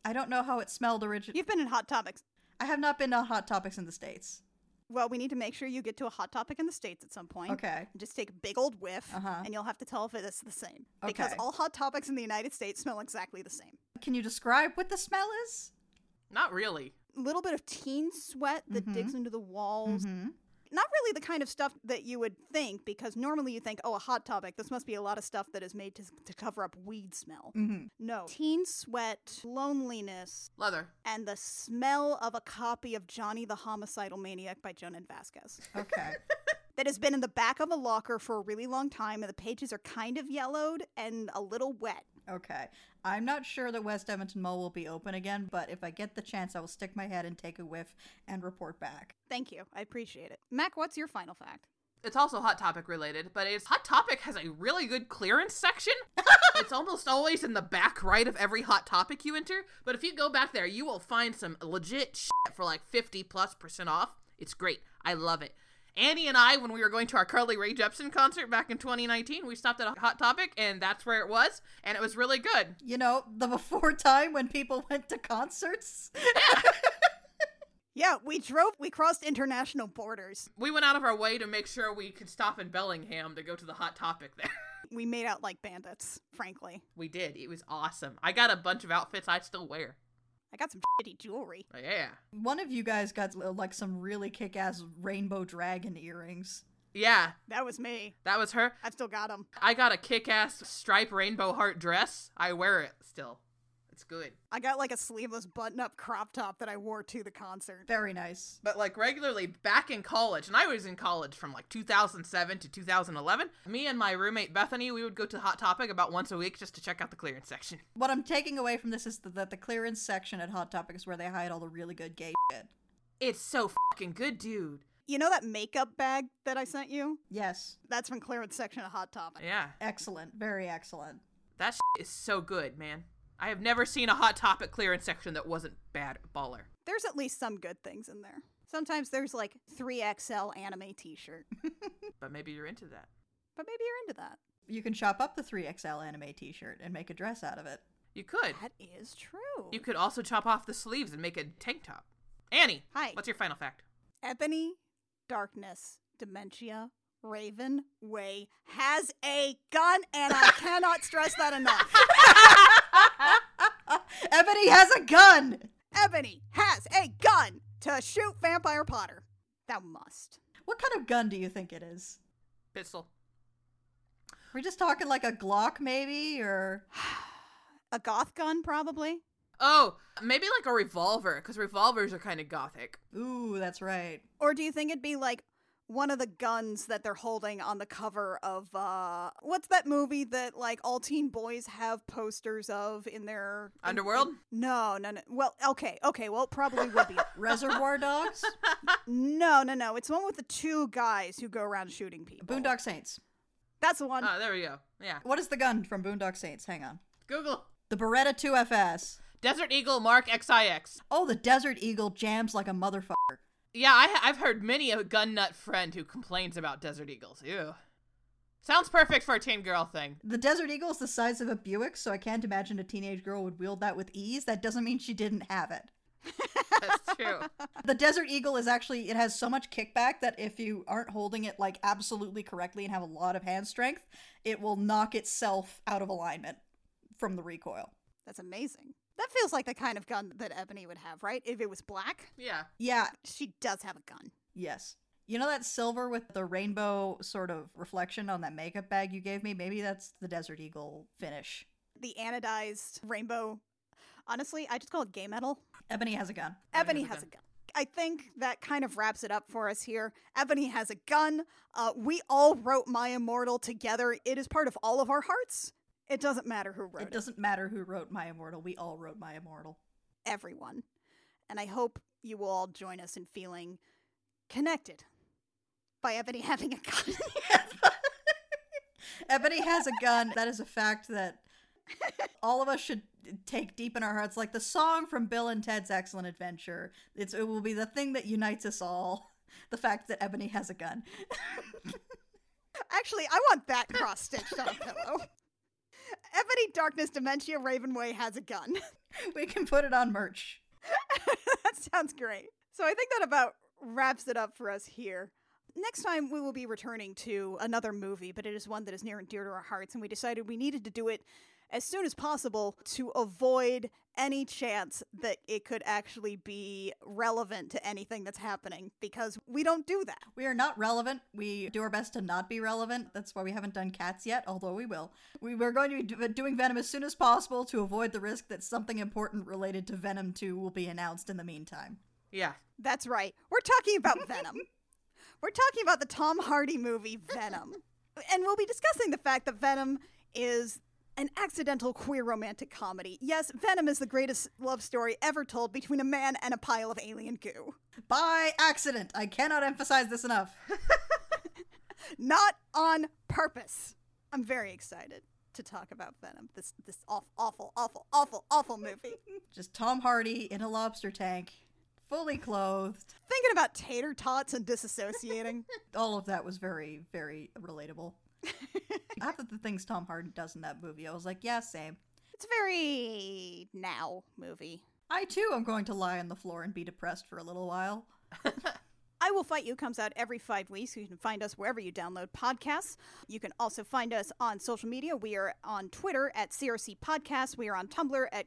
S2: I don't know how it smelled originally.
S1: You've been in Hot Topics.
S2: I have not been on Hot Topics in the States.
S1: Well, we need to make sure you get to a Hot Topic in the States at some point.
S2: Okay.
S1: Just take a big old whiff,
S2: Uh-huh.
S1: and you'll have to tell if it is the same. Because
S2: Okay.
S1: all Hot Topics in the United States smell exactly the same.
S2: Can you describe what the smell is?
S3: Not really.
S1: A little bit of teen sweat that digs into the walls. Not really the kind of stuff that you would think, because normally you think, oh, a Hot Topic, this must be a lot of stuff that is made to, to cover up weed smell. No. Teen sweat, loneliness,
S3: Leather.
S1: and the smell of a copy of Johnny the Homicidal Maniac by Jonan Vasquez.
S2: Okay.
S1: that has been in the back of a locker for a really long time, and the pages are kind of yellowed and a little wet.
S2: okay. I'm not sure that West Edmonton Mall will be open again, but if I get the chance, I will stick my head and take a whiff and report back.
S1: Thank you. I appreciate it. Mac, what's your final fact?
S3: it's also Hot Topic related, but it's Hot Topic has a really good clearance section. it's almost always in the back right of every Hot Topic you enter, but if you go back there, you will find some legit shit for like 50 plus percent off. It's great. I love it. Annie and I, when we were going to our Carly Rae Jepsen concert back in 2019, we stopped at a Hot Topic, and that's where it was, and it was really good.
S2: You know, the before time when people went to concerts?
S1: Yeah, we drove, we crossed international borders.
S3: We went out of our way to make sure we could stop in Bellingham to go to the Hot Topic there.
S1: We made out like bandits, frankly.
S3: we did. It was awesome. I got a bunch of outfits I still wear.
S1: I got some shitty jewelry.
S3: Yeah.
S2: One of you guys got uh, like some really kick ass rainbow dragon earrings.
S3: Yeah.
S1: That was me.
S3: That was her.
S1: I've still got them.
S3: I got a kick ass stripe rainbow heart dress. I wear it still. It's good.
S1: I got like a sleeveless button up crop top that I wore to the concert.
S2: Very nice.
S3: But like regularly back in college, and I was in college from like 2007 to 2011, me and my roommate Bethany, we would go to Hot Topic about once a week just to check out the clearance section.
S2: What I'm taking away from this is th- that the clearance section at Hot Topic is where they hide all the really good gay shit.
S3: It's so fucking good, dude.
S1: You know that makeup bag that I sent you?
S2: Yes.
S1: That's from clearance section of Hot Topic.
S3: Yeah.
S2: Excellent. Very excellent.
S3: That shit is so good, man. I have never seen a Hot Topic clearance section that wasn't bad baller.
S1: There's at least some good things in there. Sometimes there's like 3XL anime t shirt,
S3: But maybe you're into that.
S1: but maybe you're into that.
S2: You can shop up the 3XL anime t shirt and make a dress out of it.
S3: You could.
S1: That is true.
S3: You could also chop off the sleeves and make a tank top. Annie,
S1: Hi.
S3: What's your final fact?
S1: Ebony, darkness, dementia, Raven, Way has a gun, and I cannot stress that enough.
S2: Ebony has a gun!
S1: Ebony has a gun to shoot Vampire Potter. Thou must.
S2: What kind of gun do you think it is?
S3: Pistol.
S2: We're just talking like a Glock, maybe, or
S1: A goth gun, probably.
S3: Oh, maybe like a revolver, because revolvers are kind of gothic.
S2: ooh, that's right.
S1: Or do you think it'd be like one of the guns that they're holding on the cover of uh what's that movie that like all teen boys have posters of in their in-
S3: Underworld?
S1: in- no, no, no. Well, okay, okay. Well, it probably would be.
S2: Reservoir Dogs,
S1: no, no, no. It's the one with the two guys who go around shooting people.
S2: Boondock Saints.
S1: That's the one.
S3: Oh, there we go. Yeah.
S2: What is the gun from Boondock Saints? Hang on.
S3: Google
S2: The Beretta 2FS.
S3: Desert Eagle Mark XIX.
S2: Oh, the Desert Eagle jams like a motherfucker.
S3: Yeah, I, I've heard many a gun nut friend who complains about Desert Eagles. Ew. Sounds perfect for a teen girl thing.
S2: The Desert Eagle is the size of a Buick, so I can't imagine a teenage girl would wield that with ease. That doesn't mean she didn't have it.
S3: That's true.
S2: The Desert Eagle is actually, it has so much kickback that if you aren't holding it like absolutely correctly and have a lot of hand strength, it will knock itself out of alignment from the recoil.
S1: That's amazing. That feels like the kind of gun that Ebony would have, right? If it was black,
S3: yeah.
S2: Yeah,
S1: she does have a gun.
S2: yes. You know that silver with the rainbow sort of reflection on that makeup bag you gave me? Maybe that's the Desert Eagle finish.
S1: The anodized rainbow. Honestly, I just call it gay metal.
S2: Ebony has a gun.
S1: Ebony has a gun. I think that kind of wraps it up for us here. Ebony has a gun. Uh, we all wrote My Immortal together. It is part of all of our hearts. It doesn't matter who wrote
S2: It
S1: it,
S2: doesn't matter who wrote My Immortal, we all wrote My Immortal.
S1: everyone. And I hope you will all join us in feeling connected by Ebony having a gun.
S2: Ebony has a gun. That is a fact that all of us should take deep in our hearts, like the song from Bill and Ted's Excellent Adventure. It's it will be the thing that unites us all. The fact that Ebony has a gun.
S1: Actually, I want that cross stitched on a pillow. Ebony Darkness Dementia Ravenway has a gun.
S2: We can put it on merch.
S1: that sounds great. So I think that about wraps it up for us here. Next time, we will be returning to another movie, but it is one that is near and dear to our hearts, and we decided we needed to do it as soon as possible to avoid any chance that it could actually be relevant to anything that's happening because we don't do that.
S2: We are not relevant. We do our best to not be relevant. That's why we haven't done cats yet, although we will. We were going to be do- doing Venom as soon as possible to avoid the risk that something important related to Venom 2 will be announced in the meantime.
S3: Yeah.
S1: That's right. We're talking about Venom. We're talking about the Tom Hardy movie Venom. and we'll be discussing the fact that Venom is an accidental queer romantic comedy. Yes, Venom is the greatest love story ever told between a man and a pile of alien goo.
S2: By accident. I cannot emphasize this enough.
S1: Not on purpose. I'm very excited to talk about Venom. This this awful awful awful awful awful movie.
S2: Just Tom Hardy in a lobster tank, fully clothed.
S1: Thinking about tater tots and disassociating.
S2: All of that was very, very relatable. Half of the things Tom Hardy does in that movie, I was like, yeah, same.
S1: it's a very now movie.
S2: I too am going to lie on the floor and be depressed for a little while.
S1: I Will Fight You comes out every five weeks. You can find us wherever you download podcasts. You can also find us on social media. We are on Twitter at CRC Podcasts. We are on Tumblr at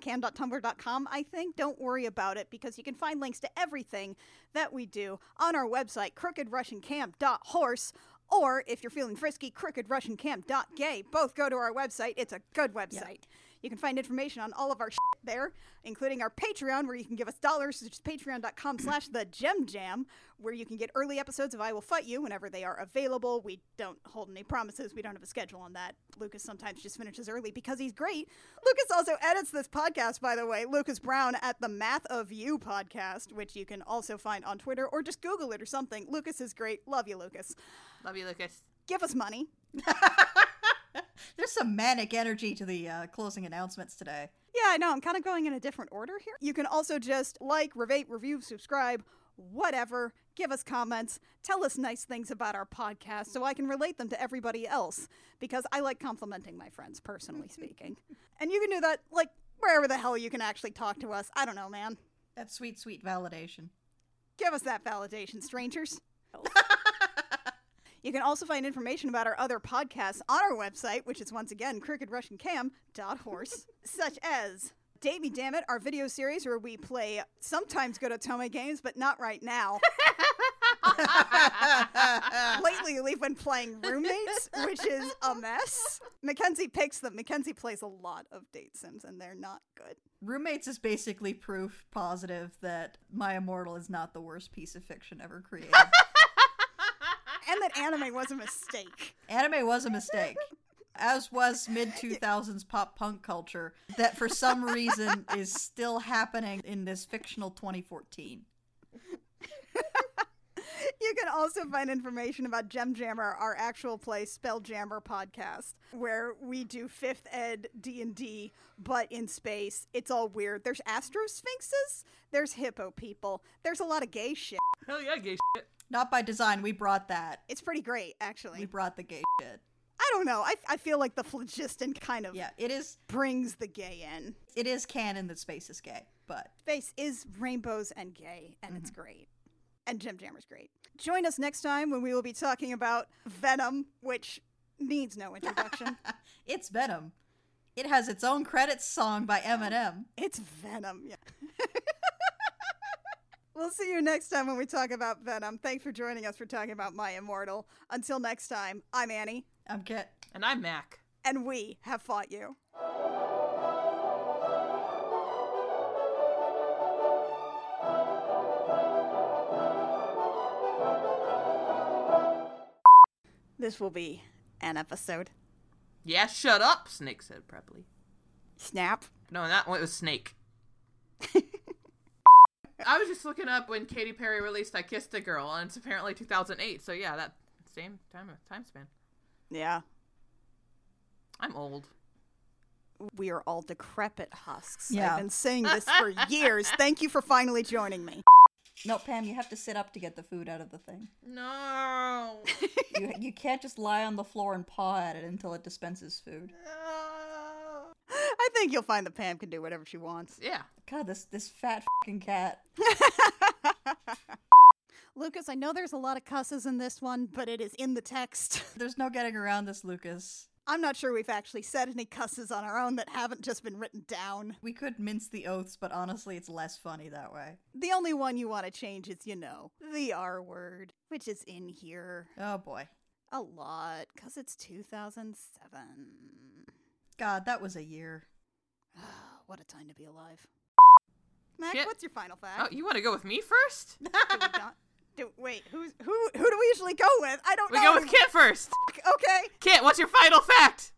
S1: crookedrussiancam.tumblr.com, I think. Don't worry about it because you can find links to everything that we do on our website, crookedrussiancam.horse. Or if you're feeling frisky, crookedrussiancam.gay. Both go to our website. It's a good website. You can find information on all of our shit there, including our Patreon, where you can give us dollars, which is patreon.com slash the gem jam, where you can get early episodes of I Will Fight You whenever they are available. We don't hold any promises. We don't have a schedule on that. Lucas sometimes just finishes early because he's great. Lucas also edits this podcast, by the way. Lucas Brown at the Math of You podcast, which you can also find on Twitter or just Google it or something. Lucas is great. Love you, Lucas.
S3: Love you, Lucas.
S1: Give us money.
S2: There's some manic energy to the uh, closing announcements today.
S1: Yeah, I know. I'm kind of going in a different order here. You can also just like, rate, review, subscribe, whatever. Give us comments. Tell us nice things about our podcast so I can relate them to everybody else because I like complimenting my friends, personally speaking. And you can do that, like, wherever the hell you can actually talk to us. I don't know, man.
S2: That sweet, sweet validation.
S1: Give us that validation, strangers. you can also find information about our other podcasts on our website, which is once again crookedrussiancam.horse, such as Davey Dammit, our video series where we play sometimes good Otome games, but not right now. Lately, we've been playing roommates, which is a mess. Mackenzie picks them. Mackenzie plays a lot of date sims, and they're not good.
S2: Roommates is basically proof positive that My Immortal is not the worst piece of fiction ever created.
S1: And that anime was a mistake.
S2: Anime was a mistake, as was mid 2000s pop punk culture, that for some reason is still happening in this fictional 2014.
S1: You can also find information about Gem Jammer, our actual play Spell Jammer podcast, where we do fifth ed D and D, but in space. It's all weird. There's astro sphinxes. There's hippo people. There's a lot of gay shit.
S3: Hell yeah, gay shit.
S2: Not by design, we brought that.
S1: It's pretty great,
S2: We
S1: actually.
S2: brought the gay shit.
S1: I don't know. I, I feel like the phlogiston kind of
S2: Yeah, it is
S1: brings the gay in.
S2: it is canon that space is gay, but
S1: Space is rainbows and gay, and
S2: Mm-hmm.
S1: it's great. And Jim Jammer's great. Join us next time when we will be talking about Venom, which needs no introduction.
S2: it's Venom. It has its own credits song by Eminem.
S1: It's Venom. Yeah. we'll see you next time when we talk about Venom. Thanks for joining us for talking about My Immortal. Until next time, I'm Annie,
S2: I'm Kit.
S3: And I'm Mac.
S1: and we have fought you. This will be an episode.
S3: Yeah, shut up, Snake said properly.
S1: Snap.
S3: No, that one it was Snake. I was just looking up when Katy Perry released "I Kissed a Girl," and it's apparently 2008. So yeah, that same time time span.
S1: Yeah.
S3: I'm old.
S1: We are all decrepit husks.
S2: Yeah.
S1: I've been saying this for years. Thank you for finally joining me.
S2: No, Pam, you have to sit up to get the food out of the thing.
S3: No.
S2: You you can't just lie on the floor and paw at it until it dispenses food.
S1: I think you'll find that Pam can do whatever she wants.
S3: yeah.
S2: God, this this fat fucking cat.
S1: Lucas, I know there's a lot of cusses in this one, but it is in the text.
S2: There's no getting around this, Lucas.
S1: I'm not sure we've actually said any cusses on our own that haven't just been written down.
S2: We could mince the oaths, but honestly, it's less funny that way.
S1: The only one you want to change is, you know, the R word, which is in here
S2: Oh boy.
S1: a lot because it's 2007.
S2: God, that was a year.
S1: Oh, what a time to be alive. Mac,
S3: Shit.
S1: what's your final fact?
S3: Oh, you want to go with me first?
S1: Do we not- do- wait, who's, who who do we usually go with? I don't
S3: We
S1: know.
S3: go with
S1: any-
S3: Kit first.
S1: Okay.
S3: Kit, what's your final fact?